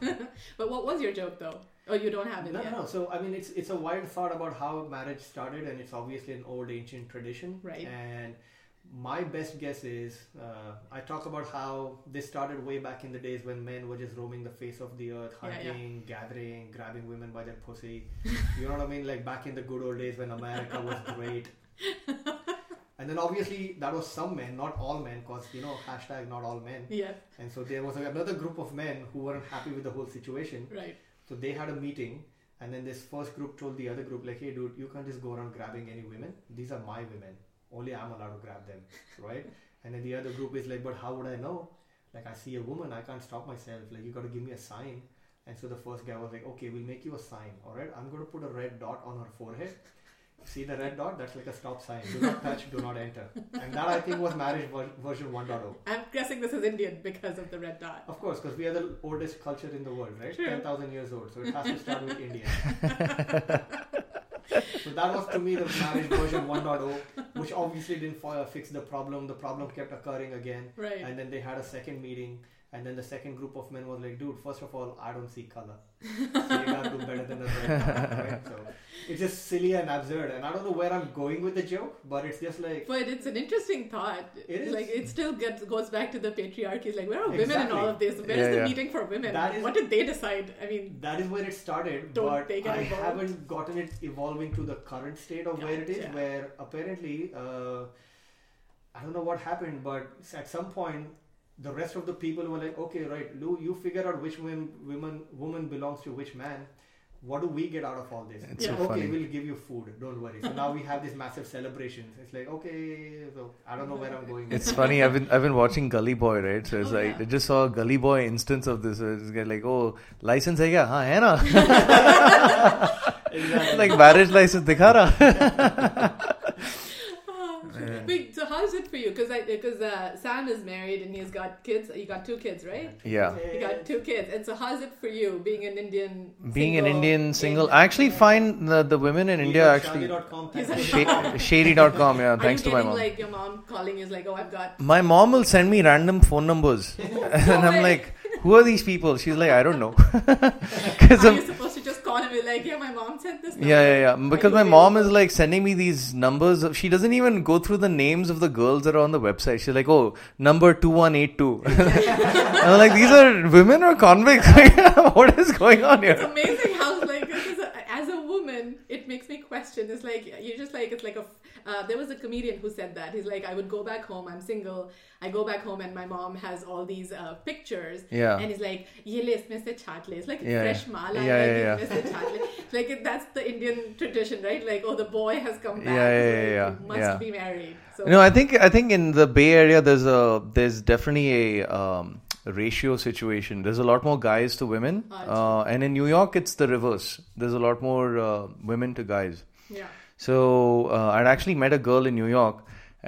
(laughs) but what was your joke though oh you don't have it
no,
yet
no. So I mean, it's it's a wild thought about how marriage started, and it's obviously an old ancient tradition.
Right.
And my best guess is, uh, I talk about how this started way back in the days when men were just roaming the face of the earth,
Yeah, yeah.
hunting, gathering, grabbing women by their pussy. (laughs) you know what I mean? Like back in the good old days when America
(laughs)
was great. And then obviously that was some men, not all men, because you know hashtag not all men.
yeah
And so there was another group of men who weren't happy with the whole situation.
right
So they had a meeting, and then this first group told the other group, like, "Hey, dude, you can't just go around grabbing any women. These are my women. Only I'm allowed to grab them, (laughs) right?" And then the other group is like, "But how would I know? Like, I see a woman, I can't stop myself. Like, you got to give me a sign." And so the first guy was like, "Okay, we'll make you a sign. All right, I'm going to put a red dot on her forehead." See the red dot? That's like a stop sign. Do not touch, do not enter. And that I think was marriage ver- version oh. 1.0.
I'm guessing this is Indian because of the red dot
Of course, because we are the oldest culture in the world, right?
True.
10,000 years old. So it has to start with
(laughs)
India. so that was to me the marriage version 1.0, which obviously didn't fi- fix the problem. The problem kept occurring again.
right
And then they had a second meeting. And then the second group of men was like, dude, first of all, I don't see color. So you gotta do better than the red. Right? So it's just silly and absurd. And I don't know where I'm going with the joke, but it's just like.
but it's an interesting thought.
It is.
Like it still gets, goes back to the patriarchy. It's Like where are women in
Exactly.
all of this? Where is
Yeah,
the
yeah.
meeting for women?
That is-
what did they decide? I mean,
That is where it started,
Don't
but
take it
I
involved.
haven't gotten it evolving to the current state of where it is,
Gotcha.
where apparently, uh, I don't know what happened, but at some point, the rest of the people were like, okay, right, Lou, you figure out which women, women, woman belongs to which man. What do we get out of all this?
It's
so
okay,
funny.
we'll give you food. Don't worry. So now we have these massive celebrations. It's like, okay, so I don't know where I'm going. with
It's funny. I've been I've been watching Gully Boy, right? So it's
Oh,
like
yeah.
I just saw a Gully Boy instance of this. It's like, oh, license है क्या? हाँ है ना?
it. Exactly.
(laughs) like marriage license दिखा रहा.
Oh, Wait, so how's it for you? because because uh, Sam is married and he's got kids. You got two kids, right?
(laughs) Yeah.
You got two kids, and so how's it for you being an Indian?
Being an
single
Indian single,
in-
I actually find the, the women in India actually. (laughs) Sha- Shady.com, yeah,
Are
thanks
you
to my
getting,
mom.
Like your mom calling is like, oh, I've
(laughs)
got.
my mom will send me random phone numbers, and I'm
way.
like, "Who are these people?" She's like, "I don't know," (laughs) because
Are
I'm
you supposed to just call and be like, yeah, my mom sent this?
(laughs) yeah,
number?
yeah, yeah. Because
you
my
feel-
mom is like sending me these numbers. She doesn't even go through the names of the girls that are on the website. She's like, "Oh, number two one eight two. (laughs) I'm like, "These are women or convicts? (laughs) what is going on
It's
here?"
amazing how like this is a, as a woman, it makes me question. It's like you just like it's like a. Uh, there was a comedian who said that he's like, I would go back home. I'm single. I go back home and my mom has all these uh, pictures.
Yeah.
And he's like, ye le isme se chaat le. It's like a
Yeah,
fresh
yeah.
mala.
Yeah,
like,
yeah,
"Isme se chaat le." Like it, that's the Indian tradition, right? Like oh, the boy has come back.
Yeah, yeah,
so
yeah,
you
yeah,
Must
yeah.
be married. So
No, I think I think in the Bay Area there's a there's definitely a um, ratio situation. There's a lot more guys to women,
Ah,
uh, and in New York it's the reverse. There's a lot more uh, women to guys.
yeah.
(laughs) So uh, I'd actually met a girl in New York,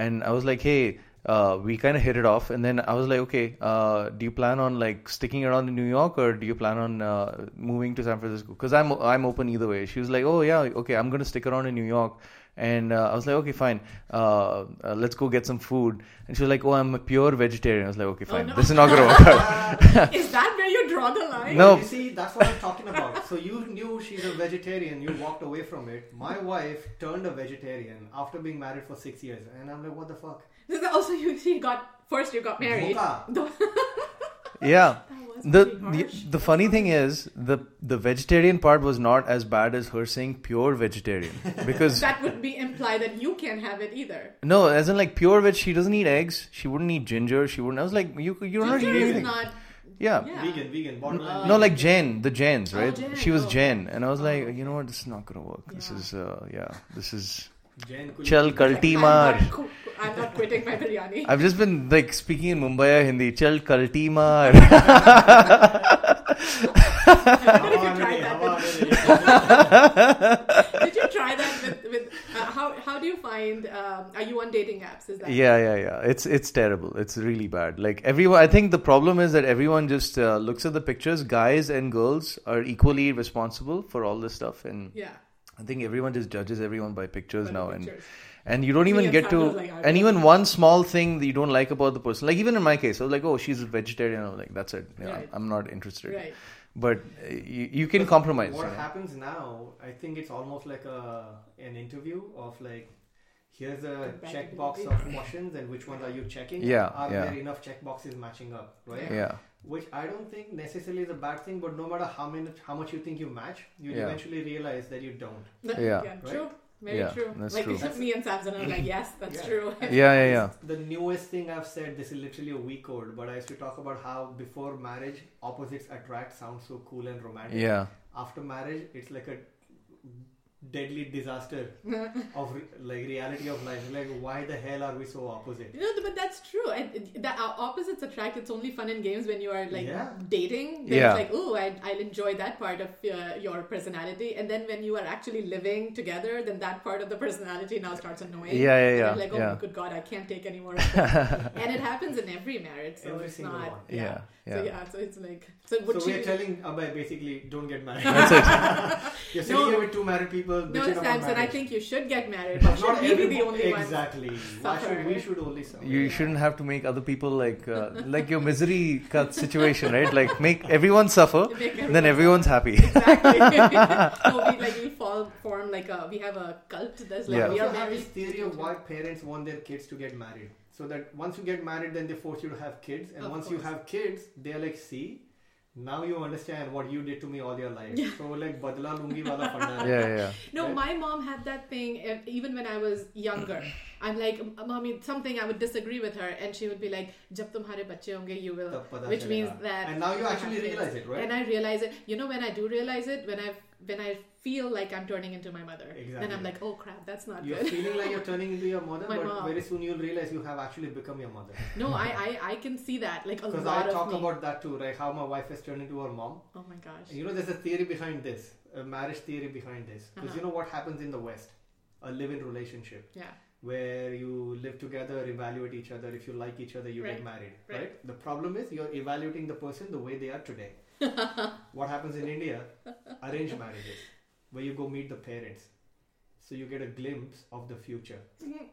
and I was like, "Hey, uh, we kind of hit it off." And then I was like, "Okay, uh, do you plan on like sticking around in New York, or do you plan on uh, moving to San Francisco?" Because I'm I'm open either way. She was like, "Oh yeah, okay, I'm gonna stick around in New York." And uh, I was like, okay, fine. Uh, uh, let's go get some food. And she was like, oh, I'm a pure vegetarian. I was like, okay,
Oh,
fine.
no.
This is not
(laughs)
gonna (laughs) work out.
Ah,
Is that where you draw the line?
No.
You see, that's what I'm talking about. So you knew she's a vegetarian. You walked away from it. My wife turned a vegetarian after being married for six years, and I'm like, what the fuck?
This is also you. She got first. You got married.
Bhoka.
yeah
was
the,
pretty
the
harsh.
the funny thing is the the vegetarian part was not as bad as her saying pure vegetarian because
that would be imply that you can't have it either.
no as in like pure veg she doesn't eat eggs she wouldn't eat ginger she wouldn't I was like you you're not
Ginger is
eating anything
not.
yeah.
Yeah.
Vegan, vegan, bottom line.
no like Jen the Jens
Oh,
right
Jen,
she was
oh.
Jen and I was like you know what this is not gonna work this
Yeah.
is uh, yeah this is
Jain could-
chal
(laughs)
kalti
I'm
maar
not, coo- I'm not quitting my
(laughs)
biryani. (laughs)
I've just been like speaking in Mumbai Hindi chal kalti maar
I wonder if you
Hawa
tried
mein-
that.
hawa
With,
mein-
did you try that with? with uh, how how do you find? Um, are you on dating apps? Is that
(laughs) Yeah, yeah, yeah. It's it's terrible. It's really bad. Like everyone, I think the problem is that everyone just uh, looks at the pictures. Guys and girls are equally responsible for all this stuff, and
Yeah.
I think everyone just judges everyone by pictures
By the
now,
pictures.
and and you don't
Me
even
and
get to
Sam was like, I
and
don't
even one small thing that you don't like about the person. Like even in my case, I was like, oh, she's a vegetarian. I'm like, that's it. Yeah,
Right.
I'm not interested.
Right.
But uh, you, you can compromise.
What
you know?
happens now? I think it's almost like a an interview of like, here's a checkbox of questions and which ones are you checking?
Yeah,
Are
yeah.
there enough checkboxes matching up? Right.
Yeah.
Which I don't think necessarily is a bad thing, but no matter how many, how much you think you match, you
Yeah.
eventually realize that you don't.
No,
(laughs) Yeah.
True. Very
Yeah,
true.
that's
like
true.
it took me and Samson, and I'm like, yes, that's
Yeah.
true. (laughs)
Yeah, yeah, yeah.
The newest thing I've said, this is literally a week old, but I used to talk about how before marriage, opposites attract sounds so cool and romantic.
Yeah.
After marriage, it's like a deadly
(laughs)
disaster of re- like reality of life. Like, why the hell are we so opposite?
You know, but that's true. And the opposites attract. It's only fun and games when you are like
Yeah.
dating. Then
Yeah.
It's like, oh, I, I'll enjoy that part of uh, your personality. And then when you are actually living together, then that part of the personality now starts annoying.
Yeah, yeah,
And
yeah,
I'm like, oh,
yeah.
good God, I can't take any
(laughs)
more. Of that. and it happens in every marriage. So
Every
it's
single
not.
one.
Yeah,
So
yeah.
yeah. So it's like. So would
so
she?
we're telling Abhay basically, don't get married. (laughs) You're sitting
No.
here with two married people.
no,
bitching about
Samson, I
marriage.
think you should get married.
But
Should
not
we be
everyone-
the only ones?
Exactly. Why should we
suffer.
should only suffer?
You shouldn't have to make other people like uh,
(laughs)
like your misery cut situation, right? Like make everyone suffer,
Make
and then everyone's
(laughs)
happy. (laughs)
Exactly. no, we like we fall, form like a we have a cult that's like
Yeah.
we
We
are
have
very
this theory of why parents want their kids to get married. So that once you get married, then they force you to have kids, and
Of
once you
course.
have kids, they're like, "See, now you understand what you did to me all your life." So like, badla lungi
(laughs)
wala funda.
yeah, yeah, yeah.
No,
Right.
my mom had that thing e- even when I was younger. I'm like, mommy, something I would disagree with her, and she would be like, "Jab tumhare bacche honge, you will,"
तब पता
which
चलेगा.
means that.
And now you
I
actually
have kids.
realize it, right?
And I realize it. You know, when I do realize it, when I when I feel like I'm turning into my mother, then I'm
Exactly.
like, oh crap, that's not (laughs)
You're
good.
feeling like you're turning into your mother,
(laughs) My
but
mom.
very soon you'll realize you have actually become your mother.
no, I, I I can see that
(laughs)
like a
Because
lot
I talk
of me.
about that too, right? How my wife has turned into her mom.
oh my gosh.
And you know, there's a theory behind this, a marriage theory behind this. Because
Uh-huh.
you know what happens in the West, a live-in relationship.
yeah.
where you live together, evaluate each other. If you like each other, you
Right.
get married,
Right.
right. The problem is you're evaluating the person the way they are
(laughs)
today. what happens in India? Arranged marriages, where you go meet the parents, so you get a glimpse of the future.
Mm-hmm.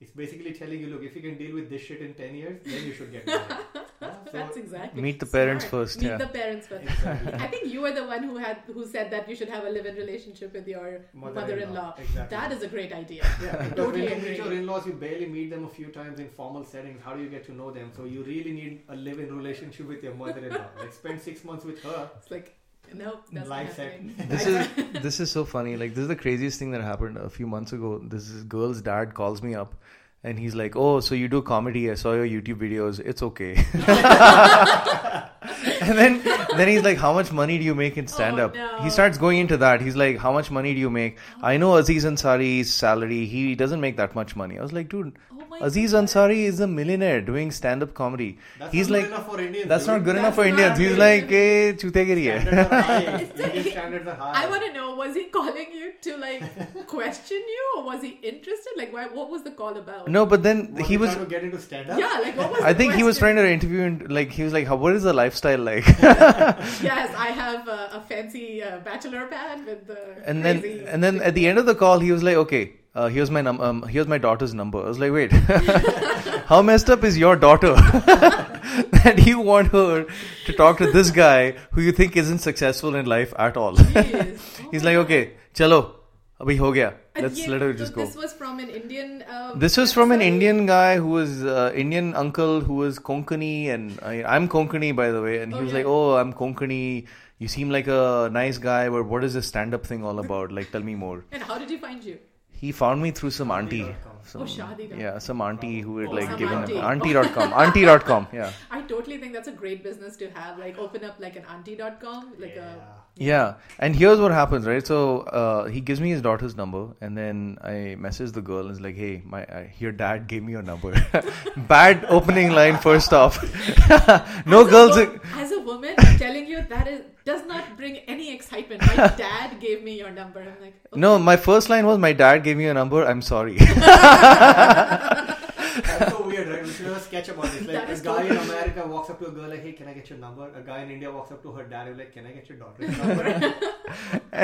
It's basically telling you, look, if you can deal with this shit in ten years, then you should get
(laughs)
married. Yeah, so-
That's exactly.
Meet the parents
smart.
first,
Meet
yeah.
the parents first.
(laughs)
Exactly.
(laughs) I think you were the one who had who said that you should have a live-in relationship with your mother-in-law.
Exactly.
That is a great idea.
(laughs)
Yeah, because
Totally
when you
agree.
meet your in-laws, you barely meet them a few times in formal settings. How do you get to know them? So you really need a live-in relationship with your mother-in-law.
(laughs)
like spend six months with her.
It's like no, that's not
Life hack.
happening.
This
(laughs)
is this is so funny. Like this is the craziest thing that happened a few months ago. This is, girl's dad calls me up, and he's like, "Oh, so you do comedy? I saw your YouTube videos. It's okay." (laughs) and then then he's like, "How much money do you make in stand up?"
no.
He starts going into that. He's like, "How much money do you make?" I know Aziz Ansari's salary. He doesn't make that much money. I was like, "Dude,
Oh my
Aziz
God.
Ansari is a millionaire doing stand up comedy.
That's
he's
not
like."
good enough for Indians.
That's not
dude.
good enough for
That's not
Indians. He's
good.
like, hey, chute kari hai."
Standards are
(laughs)
high. Indian standards are high.
I want to know was he calling you to
(laughs)
like question you or was he interested? Like, why, what was the call about?
No, but then
Was
he was.
trying to get into stand-up.
Yeah, like what was?
I
the
think he was trying
question?
to interview and like he was like, "How? What is the lifestyle like?" (laughs)
Yes, I have a, a fancy uh, bachelor pad with the
And then
crazy-
and then at the end of the call, he was like, "Okay, uh, here's my num- um, here's my daughter's number." I was like, "Wait, (laughs) how messed up is your daughter (laughs) that you want her to talk to this guy who you think isn't successful in life at all?"
Jeez. Oh
He's
my
like,
God.
"Okay, chalo, abhi ho gaya.
And
Let's
yet-
let her
so
just go."
This was from an Indian. Um,
This was from an
episode?
Indian guy who was uh, Indian uncle who was Konkani, and I, I'm Konkani by the way. And he
Oh,
was
yeah.
like, "Oh, I'm Konkani. You seem like a nice guy, but what is this stand-up thing all about? Like, tell me more."
And how did he find you?
He found me through some auntie,
Shadi.com.
some,
Oh, Shadi.com.
yeah, some auntie who had
Oh,
like
some
given him
auntie.
auntie.com, auntie.com,
(laughs)
yeah,
I totally think that's a great business to have. Like, open up like an auntie.com, like a.
Yeah.
yeah. And here's what happens, right? So uh, he gives me his daughter's number, and then I message the girl and is like, "Hey, my uh, your dad gave me your number." (laughs) Bad opening line, first off. no
As a
girls.
wo- as a woman, I'm telling you that is does not bring any excitement.
(laughs)
My dad gave me your number. I'm like, okay. (laughs)
No, my first line was my dad gave me a number. I'm sorry. (laughs)
That's so weird, right? We should have a sketch about this.
That
Like,
is
a guy in
totally-
America walks up to a girl like, hey, can I get your number? A guy in India walks up to her dad and like, can I get
(laughs)
your daughter's number?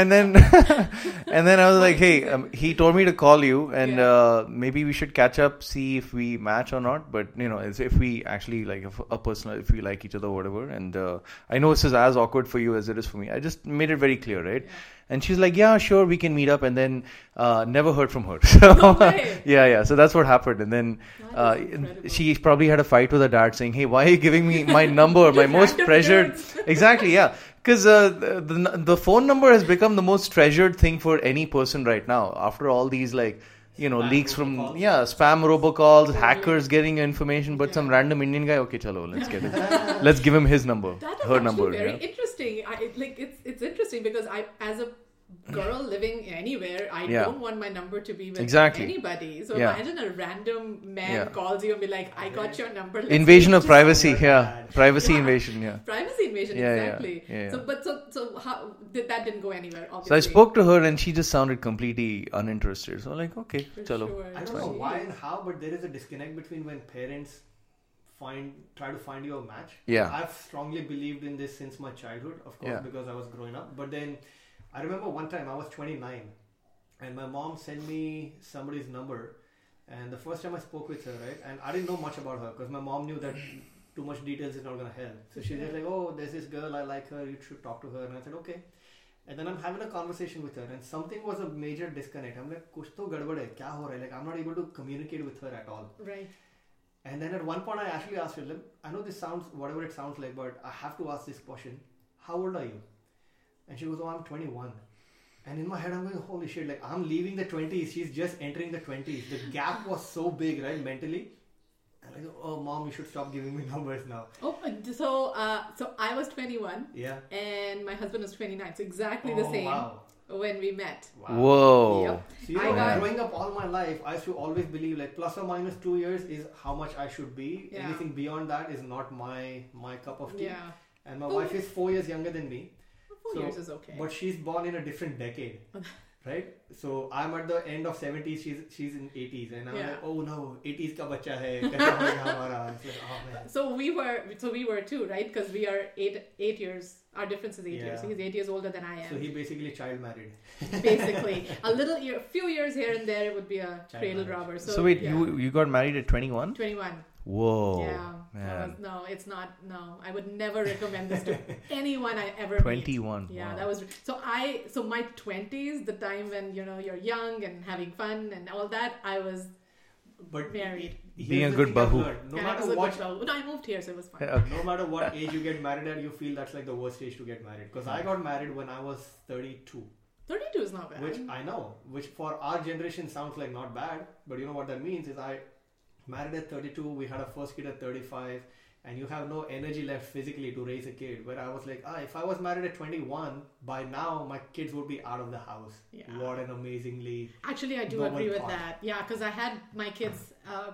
and then, (laughs) and then I was like, hey, um, he told me to call you, and
Yeah.
uh, maybe we should catch up, see if we match or not. But you know, it's if we actually like if a personal, if we like each other, whatever. And uh, I know this is as awkward for you as it is for me. I just made it very clear, right? And she's like, yeah, sure, we can meet up. And then uh, never heard from her. (laughs) So,
No way.
yeah, yeah. So that's what happened. And then
That is
uh,
incredible.
she probably had a fight with her dad, saying, hey, why are you giving me my
(laughs)
number, my
Just
most
random
treasured?
dudes.
exactly yeah because uh, the, the the phone number has become the most treasured thing for any person right now after all these like you know
Spam
leaks from
robocalls.
yeah spam robocalls
Totally.
hackers getting your information but some random indian guy okay chalo let's
(laughs)
get it let's give him his number
That is
her
actually
number
very
yeah.
interesting. I it- like it's it's interesting because I as a girl living anywhere, I
Yeah.
don't want my number to be with
Exactly.
anybody. So
Yeah.
imagine a random man
Yeah.
calls you and be like, "I got your number." let's
invasion
meet
of
to-"
privacy
so
yeah
bad.
privacy
Yeah.
invasion yeah
Privacy invasion,
Yeah, yeah.
exactly.
Yeah, yeah.
So, but so so how did that didn't go anywhere? Obviously.
so i spoke to her and she just sounded completely uninterested so like okay
For
chalo
sure.
I don't know why and how, but there is a disconnect between when parents find try to find you a match.
Yeah.
I've strongly believed in this since my childhood, of course,
Yeah.
because I was growing up. But then I remember one time I was 29 and my mom sent me somebody's number. And the first time I spoke with her, right, and I didn't know much about her because my mom knew that too much details is not going to help. So she's just like, oh, there's this girl, I like her, you should talk to her. And I said, okay. And then I'm having a conversation with her, and something was a major disconnect. I'm like, कुछ तो गड़बड़ है क्या हो रहा है like I'm not able to communicate with her at all.
Right.
And then at one point I actually asked her, "Look, I know this sounds whatever it sounds like, but I have to ask this question. How old are you? And she goes, oh, I'm 21. And in my head, I'm going, holy shit, like I'm leaving the 20s. She's just entering the 20s. The
(laughs)
gap was so big, right, mentally. And I go, oh, mom, you should stop giving me (laughs) numbers now.
Oh, and so uh, so I was 21
Yeah.
and my husband was 29. So exactly the
Oh,
same
wow.
when we met.
Wow.
whoa
Yep.
So, you
I
know,
got-
growing up all my life, I used to always believe like plus or minus two years is how much I should be.
Yeah.
Anything beyond that is not my my cup of tea.
Yeah.
And my
But
wife is four years younger than me,
Four
So-
years is okay. (laughs)
but she's born in a different decade. right? So I'm at the end of 70s, she's she's in 80s, and I'm
Yeah.
like, oh no, 80s ka bacha
(laughs)
hai, kaisa hoga hamara? It's like, oh man.
So we were, so we were too, right? Because we are eight, eight years. Our difference is eight years.
Yeah.
He's eight years older than I am.
So he (laughs) basically child married.
basically, a little, year, a few years here and there, it would be a
Child
cradle
marriage.
robber. So,
So, wait,
yeah.
you you got married at 21?
twenty-one.
Whoa.
yeah. That
Man.
was- no, it's not. No, I would never recommend this
(laughs)
to anyone I ever meet.
21.
Yeah,
wow.
that was so. I so my twenties, the time when you know you're young and having fun and all that. I was
But
Married.
here's
Being a
the
good
thing I've
bahu.
learned, No
and I was a
matter what
good girl. No, I moved here, so it was fine.
Yeah, okay.
(laughs) no matter what age you get married at, you feel that's like the worst age to get married. Because
Hmm.
I got married when I was 32,
Thirty-two is not bad.
which I know, which for our generation sounds like not bad, but you know what that means is I married at 32, we had a first kid at 35, and you have no energy left physically to raise a kid. Where I was like, ah, if I was married at 21, by now my kids would be out of the house.
Yeah.
What an amazingly.
Actually, I do
No one
agree with
thought.
that. Yeah, because I had my kids. Uh,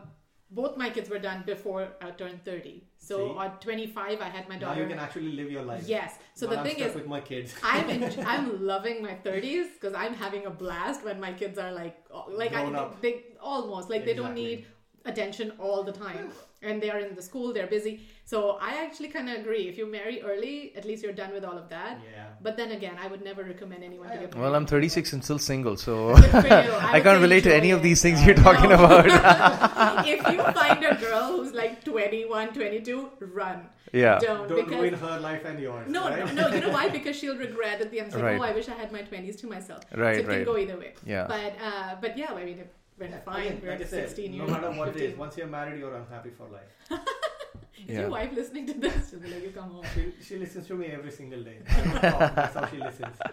both my kids were done before I turned thirty. So
See?
at twenty-five, I had my
Now you
daughter.
can actually live your life.
yes. So
While
the
I'm
thing
stuck
is,
with my
(laughs)
kids. (laughs)
I'm en- I'm loving my 30s because I'm having a blast when my kids are like oh, like
Grown
I,
up.
they almost like they don't
Exactly.
need attention all the time and they are in the school they're busy so I actually kind of agree if you marry early at least you're done with all of that
yeah.
but then again I would never recommend anyone to get married.
Well, I'm 36 and still single, so
Good for
(laughs)
you.
(laughs) I,
would
can't
say
relate to
enjoy
any of
it.
these things you're
(laughs) No.
talking about.
if you find a girl who's like 21 22 run
yeah.
don't,
Don't
because
ruin her life and yours.
no,
right?
no, no. You know why? Because she'll regret at the end. It's like,
Right.
oh, I wish I had my twenties to myself. So
Right,
it can
right.
go either way.
Yeah.
But uh, but yeah, I mean, if we're
(laughs) Yeah,
fine.
again,
we're
like I said,
sixteen
no
years.
matter what it is,
(laughs) 15.
once you're married, you're unhappy for life.
Is
Yeah.
your wife listening to this? She'll be like, you come home.
She, she listens to me every single (laughs) day. I don't talk, That's how she listens.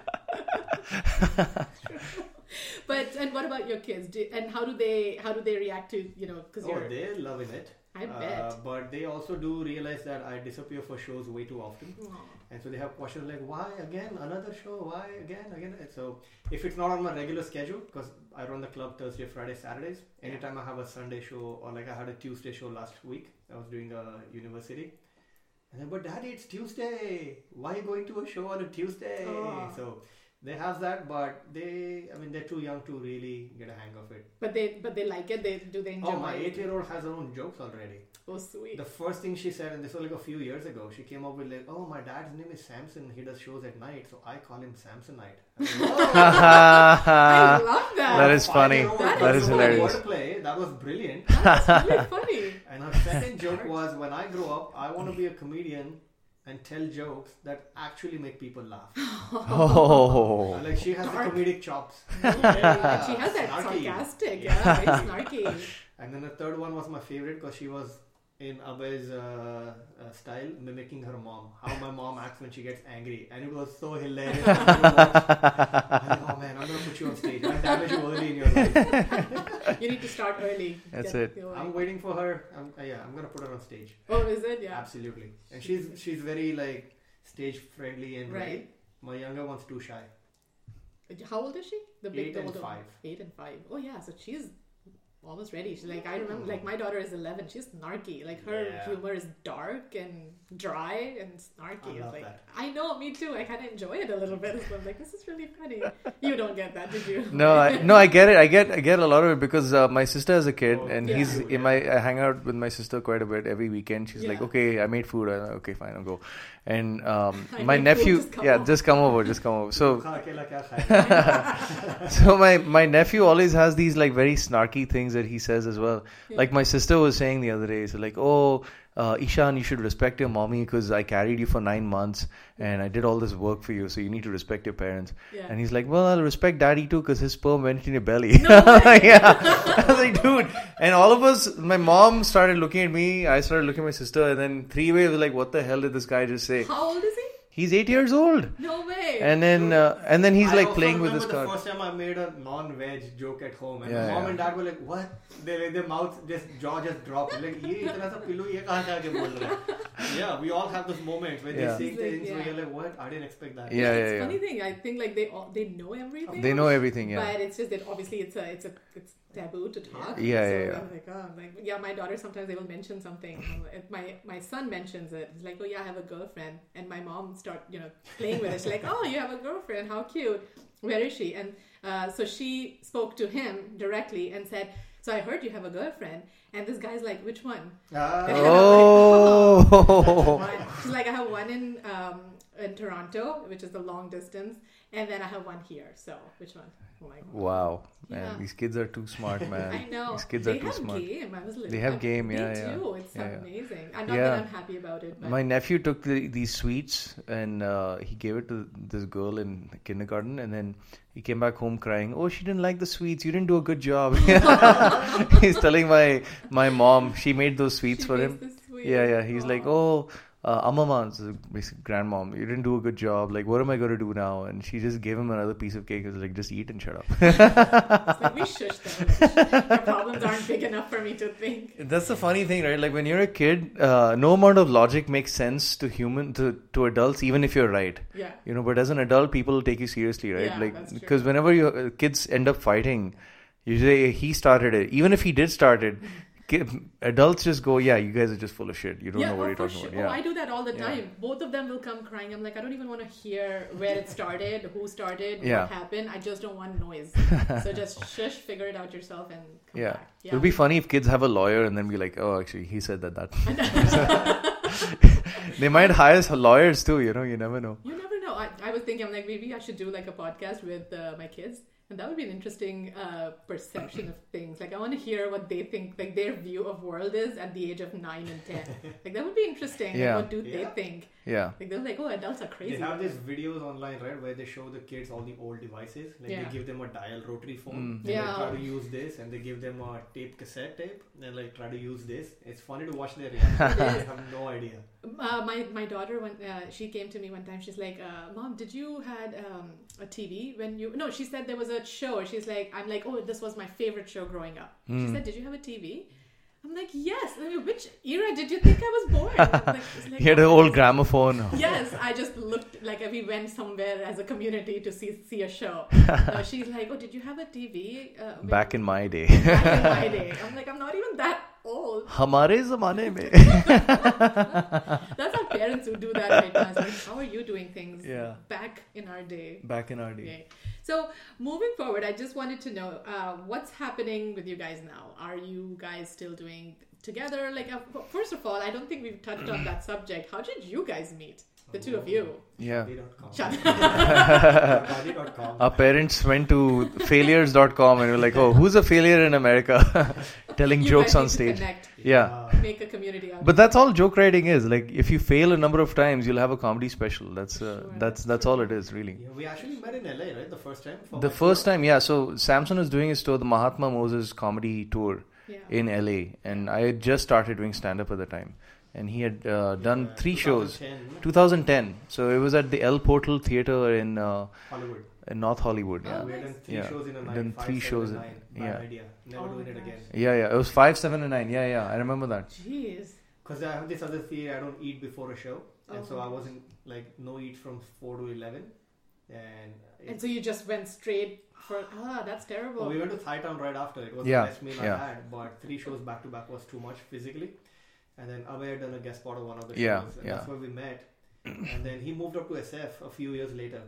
But and what about your kids? Do, and how do they how do they react to you know? Because
(laughs) Oh,
you're
they're loving it.
I bet.
Uh, but they also do realize that I disappear for shows way too often.
Aw.
And so they have questions like, why again? Another show? Why again? Again? And so if it's not on my regular schedule, because I run the club Thursday, Friday, Saturdays, anytime I have a Sunday show or like I had a Tuesday show last week, I was doing a university. And then, but daddy, it's Tuesday. Why are you going to a show on a Tuesday?
Oh.
So they have that, but they, I mean, they're too young to really get a hang of it.
But they but they like it. They do they enjoy?
Oh, my
it?
eight year old has her own jokes already.
Oh sweet.
Uh,
The first thing she said, and this was like a few years ago, she came up with like, "Oh, my dad's name is Samson. He does shows at night, so I call him Samsonite." I was like, "Oh,
I (laughs)
that
love
(laughs) That
that.
is funny.
five-year-old
That
with
is
no
hilarious.
Wordplay. That was brilliant.
That's really funny.
And her second joke was, "When I grow up, I want to be a comedian and tell jokes that actually make people laugh."
(laughs)
(gasps)
Oh.
Like she has
Dark.
the comedic
(laughs)
chops.
And she has that
Snarky.
sarcastic, yeah, very snarky.
And then the third one was my favorite because she was in Abel's uh, uh, style, mimicking her mom, how my mom acts when she gets angry, and it was so hilarious. I was like, oh man, I'm gonna put you on stage. I damage you early in your life.
(laughs) You need to start early.
That's it.
going.
I'm waiting for her. I'm, uh, yeah, I'm gonna put her on stage.
Oh, is it? Yeah.
Absolutely. And she's she's very like stage friendly and
Right.
ready. My younger one's too shy.
How old is she? The big,
Eight
the
and
older
five.
One. Eight and five. Oh yeah, so she's almost ready. She's like I remember, like my daughter is eleven. She's snarky. Like her
Yeah.
humor is dark and dry and snarky.
I
It's
love
like
that.
I know, me too. I kind of enjoy it a little bit. So I'm like, this is really funny. you don't get that, did you?
No, I,
(laughs)
no, I get it. I get, I get a lot of it because uh, my sister has a kid,
Oh,
and
yeah.
he's
Yeah.
in my. I hang out with my sister quite a bit every weekend. She's like,
Yeah.
"Okay, I made food. I'm like, okay, fine, I'll go." And um,
(laughs) I made
my
food,
nephew,
just come
yeah,
over.
just come over, just come over.
(laughs)
So, (laughs)
Kha akela kya khaega?
so my my nephew always has these like very snarky things that he says as well. Like my sister was saying the other day, so like, oh, uh, Ishan, you should respect your mommy because I carried you for nine months and I did all this work for you, so you need to respect your parents.
Yeah.
And he's like, well, I'll respect daddy too because his sperm went in your belly. (laughs) yeah, I was like, dude. And all of us, my mom started looking at me, I started looking at my sister, and then three ways like, what the hell did this guy just say?
How old is he?
He's eight years old.
No way.
And then, uh, and then he's
I
like
also
playing with his
remember
card.
The first time I made a non-veg joke at home, and
Yeah,
my mom
yeah.
and dad were like, "What?" Their their mouth just jaw just dropped. Like, "ये इतना सा पिल्लू ये कहाँ से आके बोल रहा है?" Yeah, we all have those moments where
Yeah.
they see
It's like,
things where
yeah.
you're like, "What? I didn't expect that."
Yeah,
it's
yeah, yeah.
funny thing. I think like they all, they know everything.
They know everything, yeah.
But it's just that obviously it's a it's a it's taboo to talk. so
Yeah, yeah, yeah.
I'm like, oh, I'm like, yeah, my daughter sometimes they will mention something. If my my son mentions it. He's like, oh yeah, I have a girlfriend, and my mom start you know playing with it. She's like, oh, you have a girlfriend? How cute. where is she? And uh, so she spoke to him directly and said, so I heard you have a girlfriend. And this guy's like, which one?
Ah,
Yeah. (laughs)
Oh.
One. She's like, I have one in um, in Toronto, which is the long distance, and then I have one here. So which one? I'm like,
Wow, man,
Yeah.
these kids are too
(laughs)
smart, man.
I know.
These kids
they
are too
have
smart.
game. I was like,
They have
I'm-
game, yeah,
They
yeah.
do. It's
Yeah, yeah.
amazing. And not that
Yeah.
I'm happy about it, but
My nephew took the, these sweets and uh, he gave it to this girl in kindergarten, and then he came back home crying. Oh, she didn't like the sweets. You didn't do a good
(laughs)
job. (laughs) He's telling my my mom she made those sweets
she
for
makes
him.
this sweet.
Yeah, yeah. He's like,
Aw.
oh, uh, Amama, so basically grandmom, you didn't do a good job. Like, what am I going to do now? And she just gave him another piece of cake. He was like, just eat and shut up. "Oh."
It's like, we shush them. Your problems aren't big enough for me to think.
That's the funny thing, right? Like when you're a kid, uh, no amount of logic makes sense to human to, to adults, even if you're right.
Yeah.
You know, but as an adult, people take you seriously, right?
Yeah, that's
like
true.
because whenever you uh, kids end up fighting, you say he started it. Even if he did start it, ki- adults just go, "Yeah, you guys are just full of shit. You don't
yeah,
know what
oh,
you're
for
talking
sure.
about."
Oh, I
Yeah.
do that all the
Yeah.
time. Both of them will come crying. I'm like, I don't even want to hear where it started, who started,
Yeah.
what happened. I just don't want
(laughs)
noise. so just shush, figure it out yourself, and come
Yeah.
back.
It'll be funny if kids have a lawyer and then be like, "Oh, actually, he said
(laughs)
that." That (laughs) they might hire lawyers too. You know, you never know.
You never know. I, I was thinking, I'm like, maybe I should do like a podcast with uh, my kids, and that would be an interesting uh, perception of things. Like, I want to hear what they think, like their view of world is at the age of nine and ten. Like, that would be interesting. Like,
Yeah.
what do
Yeah.
they think?
Yeah.
Like, they're like, oh, adults are crazy.
They have these videos online, right, where they show the kids all the old devices. Like
Yeah.
they give them a dial rotary phone,
Mm.
and
Yeah.
they try to use this, and they give them a tape cassette tape, and like try to use this. It's funny to watch their reaction. they have no idea.
Uh, my my daughter when uh, she came to me one time she's like uh, mom did you had um, a TV when you no she said there was a show she's like I'm like oh this was my favorite show growing up
Hmm.
she said did you have a TV I'm like yes I mean, which era did you think I was born I'm like,
(laughs)
she's like,
He had an
"Oh,
old gramophone.
yes I just looked like we went somewhere as a community to see see a
(laughs)
show no, she's like oh did you have a TV uh, when-
Back in my day.
back in my
(laughs)
day I'm like I'm not even that old
हमारे जमाने में
That's our parents who do that right now. It's like, how are you doing things
Yeah.
back in our day?
back in our day
Okay. So moving forward, I just wanted to know uh, what's happening with you guys now. Are you guys still doing together? Like, uh, f- first of all, I don't think we've touched on that subject. How did you guys meet, the two of you?
yeah
Shut
(laughs) our parents went to failures.com and were like oh who's a failure in america (laughs) telling
You
jokes
guys
on
need to
stage
connect,
yeah
make a community out.
but that's all joke writing is like if you fail a number of times you'll have a comedy special that's uh,
Sure.
that's that's all it is really
Yeah, we actually met in LA, right? The first time. for
the
my
first
tour.
time yeah so samson was doing his tour the mahatma moses comedy tour
yeah.
in la and i had just started doing stand up at the time and he had uh, done
Yeah,
three shows
2010,
2010 so it was at the el portal theater in uh,
Hollywood.
in north hollywood yeah
Oh,
we had
nice.
done three
Yeah.
shows in a night.
Done
five,
three
seven,
shows
and
in-
nine. Bad
yeah.
idea. Never
Oh
doing
my
it again.
gosh.
Yeah, yeah. It was five, seven, and nine. Yeah, yeah. I remember that.
Jeez.
Because I have this other theory, I don't eat before a show, and so
Oh.
I wasn't like no eat from four to eleven, and, it-
And so you just went straight for ah, that's terrible.
we went to Thai Town right after. It was
Yeah,
the best meal
yeah.
I had, but three shows back to back was too much physically. And then Abhay had done a guest spot on one of the
Yeah,
shows, and
yeah.
that's where we met. and then he moved up to SF a few years later.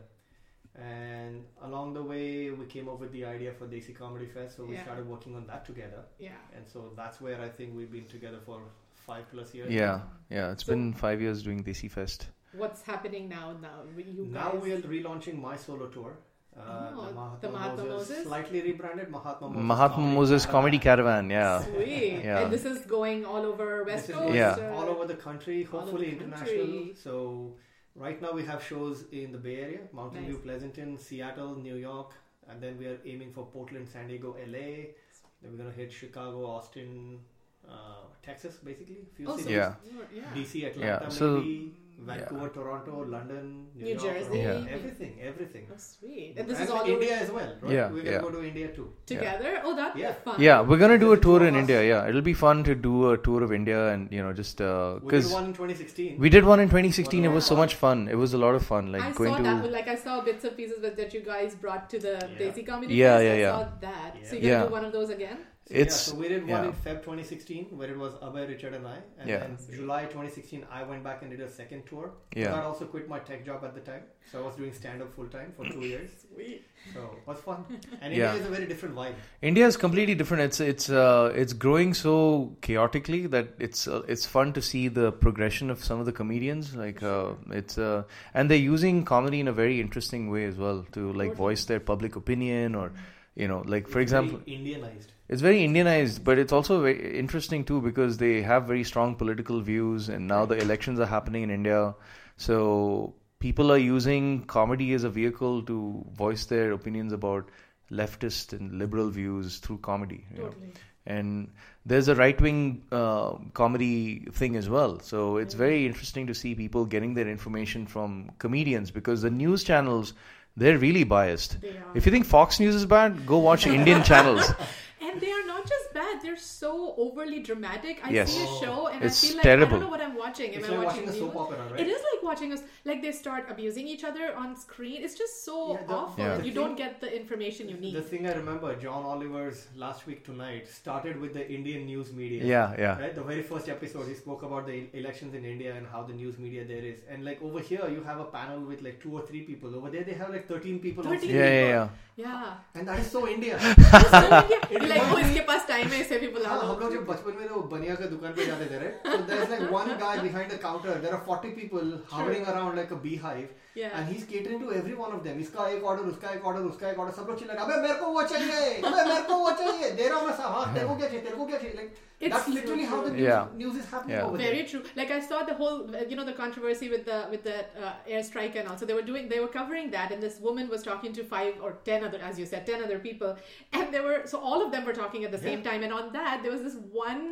And along the way, we came up with the idea for Desi Comedy Fest, so we
Yeah.
started working on that together.
yeah.
And so that's where I think we've been together for five plus years.
Yeah, yeah. It's
So-
been five years doing Desi Fest.
What's happening now? Now you
Now
guys.
we are relaunching my solo tour.
Oh,
Uh, the Mahatma,
the Mahatma
Moses,
Moses?
Slightly rebranded Mahatma Moses.
Mahatma Moses Comedy
Caravan.
Caravan. Yeah,
Sweet.
Yeah.
And this is going all over West
This is
Coast.
Yeah.
uh,
all over the country,
all over
hopefully
the
international.
country.
So right now we have shows in the Bay Area, Mountain View,
Nice.
Pleasanton, Seattle, New York, and then we are aiming for Portland, San Diego, LA. Then we're gonna hit Chicago, Austin, uh, Texas, basically. A few
Oh, so
cities.
Yeah.
yeah.
DC, Atlanta,
Yeah, so-
maybe Vancouver, Toronto, London, New,
New
York,
Jersey.
Yeah.
everything, everything.
Oh, sweet. And this is
And
all
India
over
as well, right?
Yeah,
We're gonna
yeah.
go to India too.
together. Oh, that'd
Yeah.
be fun.
yeah. We're gonna do a
There's two
tour
of
in
us.
India. Yeah, it'll be fun to do a tour of India and you know just
We did
because
one in 2016.
we did one in 2016. It was so
Yeah.
much fun. It was a lot of fun. Like
I
going
saw that.
to
Like I saw bits and pieces that you guys brought to the
Yeah.
Daisy Comedy
Yeah,
Fest.
yeah,
I
yeah.
saw that. So you're
Yeah.
gonna
Yeah.
do one of those again?
It's
yeah, so we did one
yeah.
in Feb 2016 where it was Abhay, Richard, and I. And
Yeah.
then July 2016, I went back and did a second tour.
Yeah.
And I also quit my tech job at the time, so I was doing stand up full time
(coughs)
for two years.
Sweet.
So it was fun. And
Yeah.
India is a very different vibe.
India is completely different. It's it's uh, it's growing so chaotically that it's uh, it's fun to see the progression of some of the comedians. Like uh, it's uh, and they're using comedy in a very interesting way as well to like voice their public opinion or you know like for
It's very
example
Indianized.
it's very Indianized, but it's also very interesting too because they have very strong political views, and now the elections are happening in India. So people are using comedy as a vehicle to voice their opinions about leftist and liberal views through comedy. you know.
Totally.
And there's a right wing uh, comedy thing as well. So it's very interesting to see people getting their information from comedians because the news channels, they're really biased.
They are.
If you think Fox News is bad, go watch Indian channels.
And they are not just bad; they're so overly dramatic. I
Yes.
see a show and
It's
I feel like I
terrible.
don't know what I'm watching. Am
It's
I
like
watching
watching a soap
news?
opera, right?
It is like watching us. Like they start abusing each other on screen. It's just so
Yeah, the-
awful.
Yeah.
You
the
don't
thing-
get the information you need.
The thing I remember, John Oliver's Last Week Tonight started with the Indian news media.
Yeah, yeah.
Right, the very first episode, he spoke about the elections in India and how the news media there is, and like over here, you have a panel with like two or three people. Over there, they have like thirteen people. on
13
stage.
Yeah, yeah, yeah.
yeah.
And that is so
(laughs)
India. (laughs)
You're like, oh, इसके पास time है, इसे भी
हाँ,
बुला
हम
लो.
लोग जब बचपन में वो बनिया का दुकान पे जाते थे right? so there's like one guy behind the counter there are 40 people hovering around like a beehive
Yeah.
and he's catering to every one of them इसका एक ऑर्डर उसका एक ऑर्डर उसका एक ऑर्डर सब लोग चिल्ला रहे, अबे मेरे को वो चाहिए अबे मेरे को वो चाहिए दे रहा हूँ मैं सब
(laughs)
हाँ तेरे को क्या चाहिए तेरे को क्या चाहिए like
It's
that's literally how the news,
Yeah.
news is happening
Yeah.
over
Very
there
true. Like I saw the whole, you know, the controversy with the with the uh, airstrike and also they were doing they were covering that and this woman was talking to five or ten other, as you said, ten other people, and they were so all of them were talking at the same time, and on that there was this one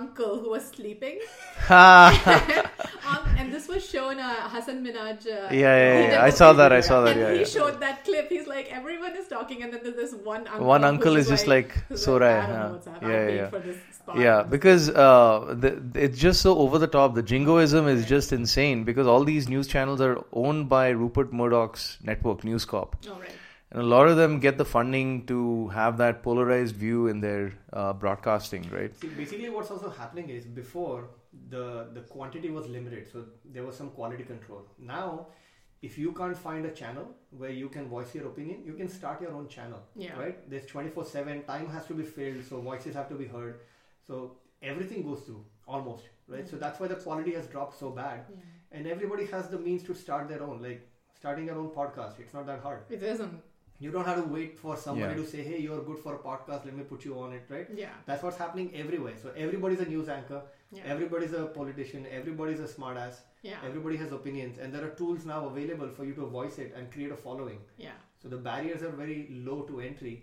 uncle who was sleeping,
(laughs)
um, and this was shown uh, Hassan Minaj. Uh,
Yeah, yeah,
he
yeah.
did
I
the
saw
preview,
that. I saw that.
And
Yeah,
he
yeah.
showed that clip. He's like, everyone is talking, and then there's this one uncle.
One uncle
who's
is just like,
who's
"Sorry,
I don't
huh."
know what's up.
Yeah,
I'm
yeah,
paid
yeah.
for this spot.
Yeah, because uh, the, it's just so over the top. The jingoism is just insane because all these news channels are owned by Rupert Murdoch's network, News Corp.
All right.
And a lot of them get the funding to have that polarized view in their uh, broadcasting, right?
See, basically what's also happening is before the the quantity was limited so there was some quality control now if you can't find a channel where you can voice your opinion you can start your own channel
Yeah.
right there's 24 7 time has to be filled so voices have to be heard so everything goes through almost right so that's why the quality has dropped so bad
Mm.
and everybody has the means to start their own like starting your own podcast it's not that hard
It isn't.
you don't have to wait for somebody
Yeah.
to say hey you're good for a podcast let me put you on it right
Yeah.
that's what's happening everywhere. So everybody's a news anchor,
Yeah.
everybody's a politician, everybody's a smartass,
Yeah.
everybody has opinions, and there are tools now available for you to voice it and create a following.
Yeah.
So the barriers are very low to entry,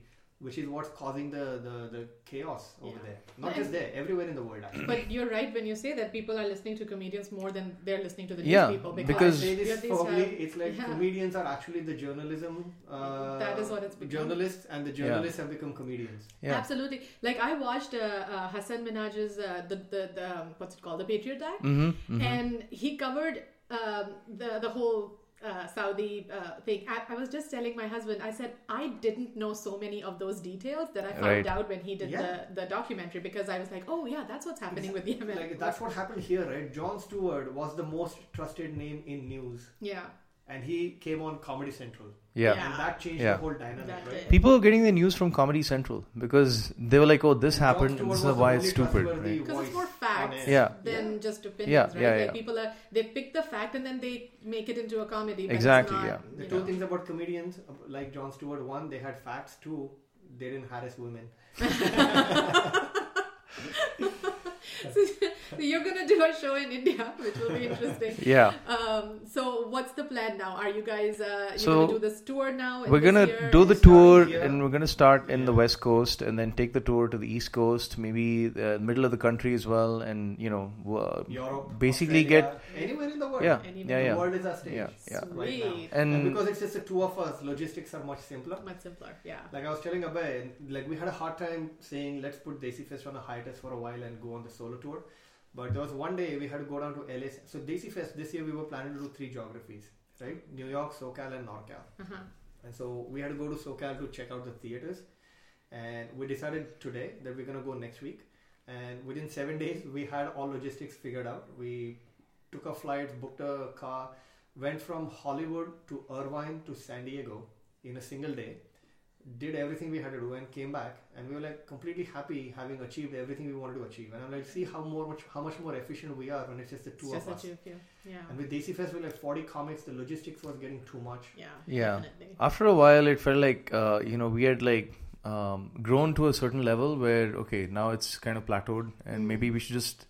which is what's causing the the, the chaos over
Yeah.
there. Not just there, everywhere in the world. Actually.
But you're right when you say that people are listening to comedians more than they're listening to the
Yeah,
news people
because-
I say
you
this
have these uh,
firmly,
have-
it's like
yeah.
comedians are actually the journalism. Uh,
That is what it's become.
Journalists and the journalists have become comedians.
Yeah.
Absolutely. Like I watched uh, uh, Hassan Minaj's uh, the the, the um, what's it called the Patriot Act,
Mm-hmm,
and he covered um, the the whole. Uh, Saudi uh, thing. I, I was just telling my husband. I said I didn't know so many of those details that I found
Right.
out when he did
Yeah.
the, the documentary because I was like, oh yeah, that's what's happening with Yemen.
Like that's what happened here, right? John Stewart was the most trusted name in news.
yeah,
and he came on Comedy Central.
Yeah.
Yeah.
And that changed
Yeah.
the whole dynamic,
that
right?
did.
People are getting the news from Comedy Central because they were like, oh, this
John
happened.
Stewart
This is
was the
why it's
only
stupid.
trustworthy
Right?
Because it's
voice
more
on
facts
air.
Yeah.
than
Yeah.
just opinions,
Yeah,
right?
yeah,
like
yeah.
people are they pick the fact and then they make it into a comedy. But
Exactly,
It's
yeah.
not,
The
you
two
know.
things about comedians, like John Stewart, one, they had facts. Two, they didn't harass women.
(laughs) so you're gonna do a show in India, which will be interesting.
Yeah.
Um, so what's the plan now? Are you guys uh, you're
So,
gonna do this tour now? in
We're
this
gonna
year?
do the
Is that-
tour,
here.
and we're gonna start in the
Yeah.
West Coast, and then take the tour to the East Coast, maybe the middle of the country as well, and you know, w- uh,
Europe,
basically
Australia, anywhere in the world.
get yeah,
Anywhere.
yeah,
The
yeah.
world is our stage.
Yeah, yeah.
Right
Sweet.
now.
And-
And, because it's just the two of us, logistics are much simpler.
Much simpler, yeah.
Like I was telling Abhay, like we had a hard time saying let's put Desi Fest on a hiatus for a while and go on the solo tour. But there was one day we had to go down to LA. So Desi Fest this year we were planning to do three geographies, right? New York, SoCal, and NorCal.
Uh-huh.
And so we had to go to SoCal to check out the theaters. And we decided today that we're gonna go next week. And within seven days, we had all logistics figured out. We took our flights, booked a car, went from Hollywood to Irvine to San Diego in a single day. Did everything we had to do and came back, and we were like completely happy having achieved everything we wanted to achieve. And I'm like, see how more much how much more efficient we are when it's just the two
It's just
of
a
us.
two of you. Yeah.
And with DC Fest, we're like 40 comics. The logistics was getting too much.
Yeah.
Yeah.
Definitely.
After a while, it felt like uh, you know we had like um, grown to a certain level where okay now it's kind of plateaued, and maybe we should just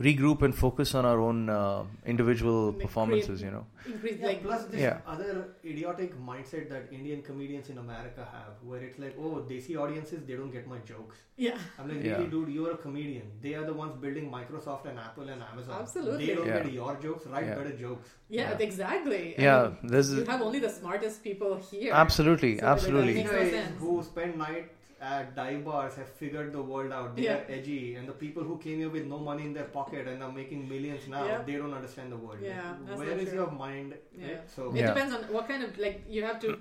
regroup and focus on our own uh, individual
Like
performances.
create-
You know,
Increase
Yeah,
like
plus this
Yeah.
other idiotic mindset that Indian comedians in America have, where it's like, oh, Desi audiences, they don't get my jokes.
(laughs) yeah.
I'm like,
Yeah.
really, dude, you're a comedian. They are the ones building Microsoft and Apple and Amazon.
Absolutely.
They don't
Yeah.
get your jokes. Write
Yeah.
better jokes.
Yeah,
Yeah.
exactly. I
yeah,
mean,
this
you
is
have only the smartest people here.
absolutely,
So that
absolutely.
Makes no
Guys
sense.
Who spend night at dive bars have figured the world out. They
Yeah.
are edgy, and the people who came here with no money in their pocket and are making millions now,
Yep.
they don't understand the world.
Yeah,
Like,
that's
where
not
is
true.
your mind?
Yeah.
Right? So
It
Yeah.
depends on what kind of like you
(clears throat)
have to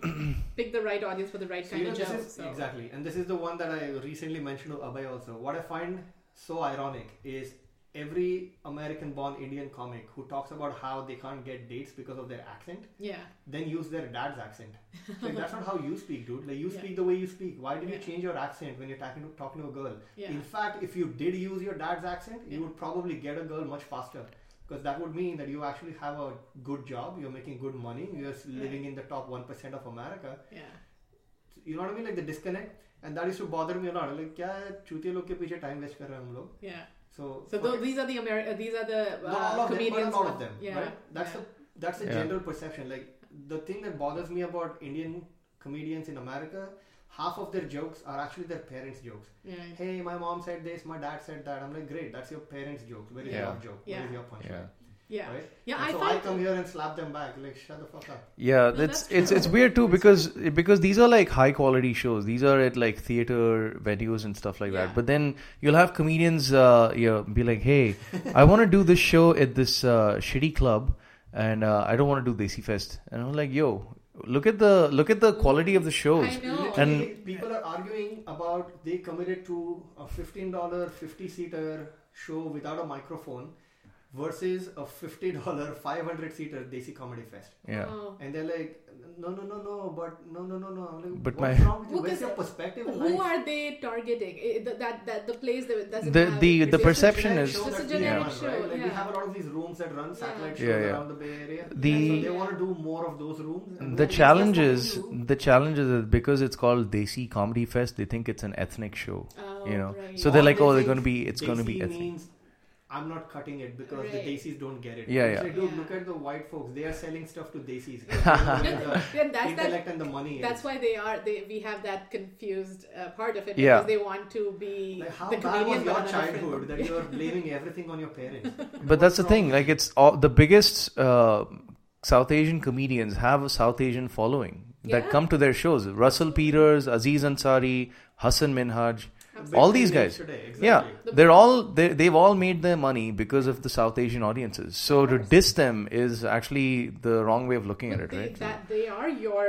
pick the right audience for the right
So,
kind
you
of
know, this
job.
is-
so.
Exactly. And this is the one that I recently mentioned to Abhay also. What I find so ironic is every American born Indian comic who talks about how they can't get dates because of their accent,
Yeah.
then use their dad's accent. Like, that's not how you speak, dude. Like, you
(laughs) Yeah.
speak the way you speak. Why did you
Yeah.
change your accent when you're talking to, talking to a girl?
Yeah.
In fact, if you did use your dad's accent, you
Yeah.
would probably get a girl much faster. Because that would mean that you actually have a good job, you're making good money, you're s-
Yeah.
living in the top 1% of America.
Yeah.
you know what I mean? Like the disconnect, and that used to bother me a lot. Like, क्या चूतिया लोग के पीछे time waste कर रहे हैं हम लोग?
Yeah.
So,
So
fuck
tho-
it.
these are the Ameri- uh, these are the uh,
not all of them, but a
comedians.
lot of them,
yeah.
right? That's
yeah.
the that's the
Yeah.
general perception. Like the thing that bothers me about Indian comedians in America, half of their jokes are actually their parents' jokes.
yeah.
Hey, my mom said this, my dad said that. I'm like, great, that's your parents' joke. Where is
Yeah.
your joke? Where is
Yeah.
your punchline?
Yeah.
Yeah.
Right?
Yeah,
And
I
so I
find-
come here and slap them back. Like, shut the fuck up.
Yeah,
that's
that's it's
true.
it's weird too because because these are like high quality shows. These are at like theater venues and stuff like
Yeah.
that. But then you'll have comedians, uh, you know, be like, "Hey, I want to do this show at this uh, shitty club, and uh, I don't want to do Desi Fest." And I'm like, "Yo, look at the look at the quality of the shows."
I know.
And-
Literally, people are arguing about they committed to a fifteen dollar fifty seater show without a microphone versus a fifty dollar five hundred seater Desi Comedy Fest,
Yeah,
Oh.
and they're like, no, no, no, no, but no, no, no, no. I'm like,
But
what's
my-
wrong with you?
Who
Where's
is-
your perspective? in
Who
life?
are they targeting? Eh, the- that that the place that doesn't
The-
have
the- the
it's just a
perception
generic
is-
show
Just
that's
a
generic
generic
show.
Like, We
yeah.
have a lot of these rooms that run
Yeah.
satellite shows
Yeah, yeah.
around the Bay Area.
The-
And so they want to do more of those rooms. and
the
they're
challenge
like,
is the challenge is that because it's called Desi Comedy Fest, they think it's an ethnic show.
Oh,
you know,
right.
so they're like,
Or
"Oh,
they
they're going to
think
be it's going to be
Desi
ethnic."
means I'm not cutting it because
Right.
the Desis don't get it.
Yeah,
It's
yeah.
like, dude,
Yeah.
look at the white folks. They are selling stuff to
(laughs)
Desis.
Then
the
that's that
intellect and the money.
That's
is.
why they are. They we have that confused uh, part of it
Yeah.
because they want to be
Like, how
the
bad was
comedian, but
your
on a different-
childhood that you're blaming everything on your parents?
(laughs)
But that's the thing. Like, it's all the biggest uh, South Asian comedians have a South Asian following
Yeah.
that come to their shows. Russell Peters, Aziz Ansari, Hassan Minhaj.
Absolutely.
all these guys.
Today,
Yeah,
exactly.
they're all they they've all made their money because of the South Asian audiences. So to diss them is actually the wrong way of looking at
But
it,
they,
right?
That they are your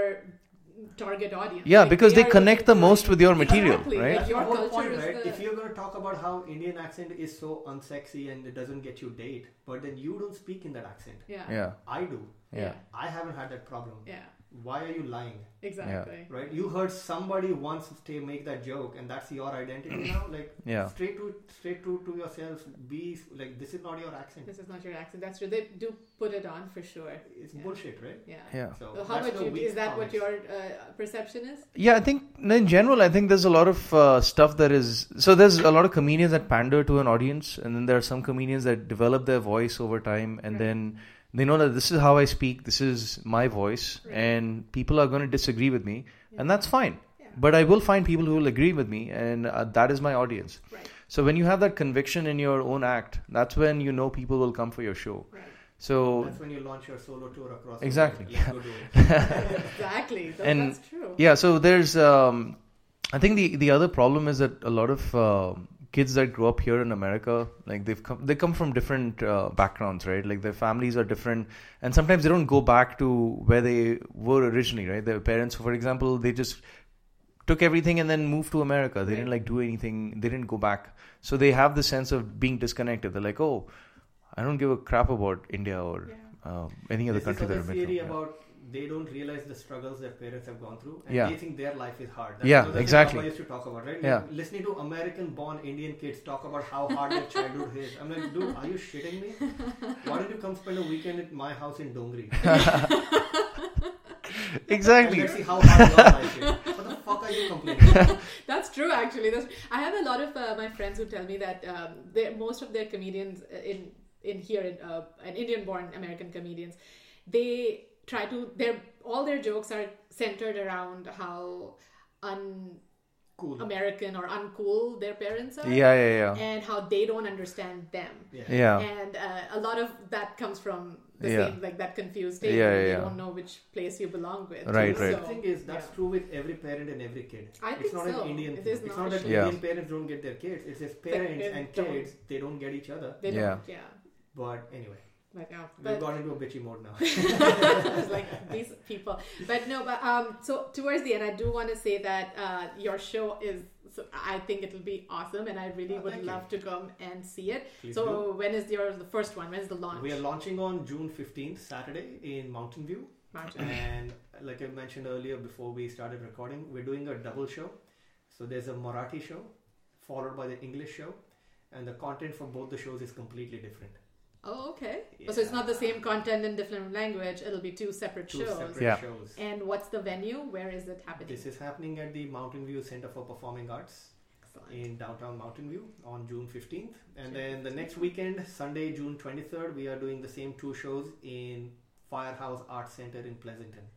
target audience.
Yeah,
Like,
because they
are
connect the most with your material,
Exactly.
right?
Like, your
That's the
culture
whole point,
is
right?
the-
If you're going to talk about how Indian accent is so unsexy and it doesn't get you date, but then you don't speak in that accent.
Yeah.
yeah,
I do.
yeah,
I haven't had that problem.
Yeah.
Why are you lying?
Exactly.
right you heard somebody once stay make that joke and that's your identity
(clears throat)
now like
yeah.
straight to straight to to yourself be like this is not your accent
This is not your accent. That's true. They do put it on for sure.
it's
Yeah.
bullshit right
Yeah.
Yeah.
so
So how
that's
about
the
you?
weak
Is that what
comics.
your uh, perception is?
Yeah, I think in general, I think there's a lot of uh, stuff that is. So there's a lot of comedians that pander to an audience, and then there are some comedians that develop their voice over time, and
Right.
then they know that this is how I speak, this is my voice,
Right.
and people are going to disagree with me, and that's fine.
Yeah.
But I will find people who will agree with me, and uh, that is my audience.
Right.
So when you have that conviction in your own act, that's when you know people will come for your show.
Right.
(laughs) So
that's when you launch your solo tour across
Exactly.
the world. Let's go do it.
exactly. So
And-
that's true.
Yeah, so there's. Um, I think the the other problem is that a lot of uh, kids that grow up here in America, like they've come, they come from different uh, backgrounds, right? Like their families are different, and sometimes they don't go back to where they were originally, right? Their parents, for example, they just took everything and then moved to America. They
Right.
didn't like do anything. They didn't go back. So they have the sense of being disconnected. They're like, oh, I don't give a crap about India or um, any other
This
country
is
that
other
I'm
theory
from. Yeah.
about they don't realize the struggles their parents have gone through, and
Yeah.
they think their life is hard.
Yeah,
another thing
exactly.
Papa used to talk about right.
Yeah.
Listening to American-born Indian kids talk about how hard their childhood is, I'm like, dude, are you shitting me? Why don't you come spend a weekend at my house in Dongri? And
(laughs) Exactly.
let's see how hard your life is. What the fuck are you complaining?
(laughs)
about?
(laughs) That's true, actually. That's, I have a lot of uh, my friends who tell me that um, they- most of their comedians uh, in in here, in, uh, an Indian-born American comedians, they try to their all their jokes are centered around how un-American
Cool.
or uncool their parents are,
Yeah, yeah, yeah.
and how they don't understand them.
Yeah.
And uh, a lot of that comes from the
Yeah.
same, like that confused state.
Yeah,
where
yeah,
you
yeah.
don't know which place you belong with.
Right,
So-
right.
The thing is, that's
yeah.
true with every parent and every kid.
I
it's
think
not
so.
an Indian
It
thing.
is
it's
not
not that
a-
Yeah.
Indian parents don't get their kids. It's just parents
They
and
don't.
kids, they don't get each other.
They
Yeah.
don't, yeah.
But anyway,
But, yeah.
we've
but
got into a bitchy mode now.
(laughs) It's like these people but no but um so towards the end i do want to say that uh your show is so i think it'll be awesome and i really
Oh,
would
thank you.
love to come and see it
Please
so when is your the first one when's the launch
We are launching on June 15th, Saturday, in Mountain
(clears throat)
View.
March.
And like I mentioned earlier before we started recording, we're doing a double show. So there's a Marathi show followed by the English show. And the content for both the shows is completely different.
oh okay so it's not the same content in different language it'll be two separate
Two
shows
separate
Yeah.
shows.
and what's the venue where is it happening
This is happening at the Mountain View Center for Performing Arts
excellent
in downtown Mountain View on June 15th.
June
And then the next weekend, Sunday, June 23rd, we are doing the same two shows in Firehouse Arts Center in Pleasanton.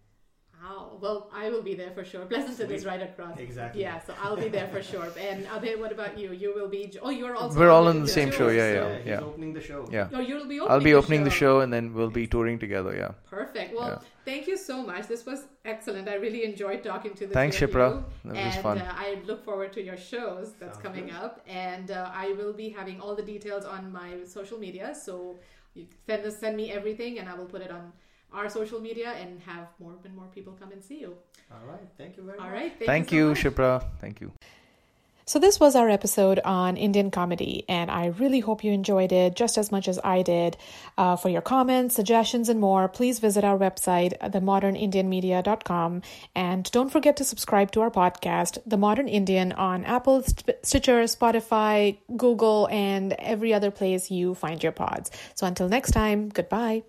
Wow. Well, I will be there for sure. (laughs) Pleasanton is
Sweet.
right across.
Exactly.
Yeah, so I'll be there for
(laughs)
sure. And Abhay, what about you? You will be. Oh, you're also.
We're all
on
in the same
show.
show, yeah,
So,
yeah,
he's
yeah.
opening the show.
Yeah.
No, you'll be opening
I'll be opening the show and then we'll be touring together. Yeah.
Perfect. Well,
Yeah.
thank you so much. This was excellent. I really enjoyed talking to the
Thanks,
two of
Shipra.
you.
That was
and
fun.
Uh, I look forward to your shows that's
Sounds
coming
good.
up. And uh, I will be having all the details on my social media. So you send us, send me everything, and I will put it on our social media and have more and more people come and see you.
All right. Thank you very much.
All right. Thank,
Thank
you. so
you,
much.
Shipra. Thank you.
So, this was our episode on Indian comedy, and I really hope you enjoyed it just as much as I did. Uh, for your comments, suggestions, and more, please visit our website, themodernindianmedia.com. And don't forget to subscribe to our podcast, The Modern Indian, on Apple, St- Stitcher, Spotify, Google, and every other place you find your pods. So, until next time, goodbye.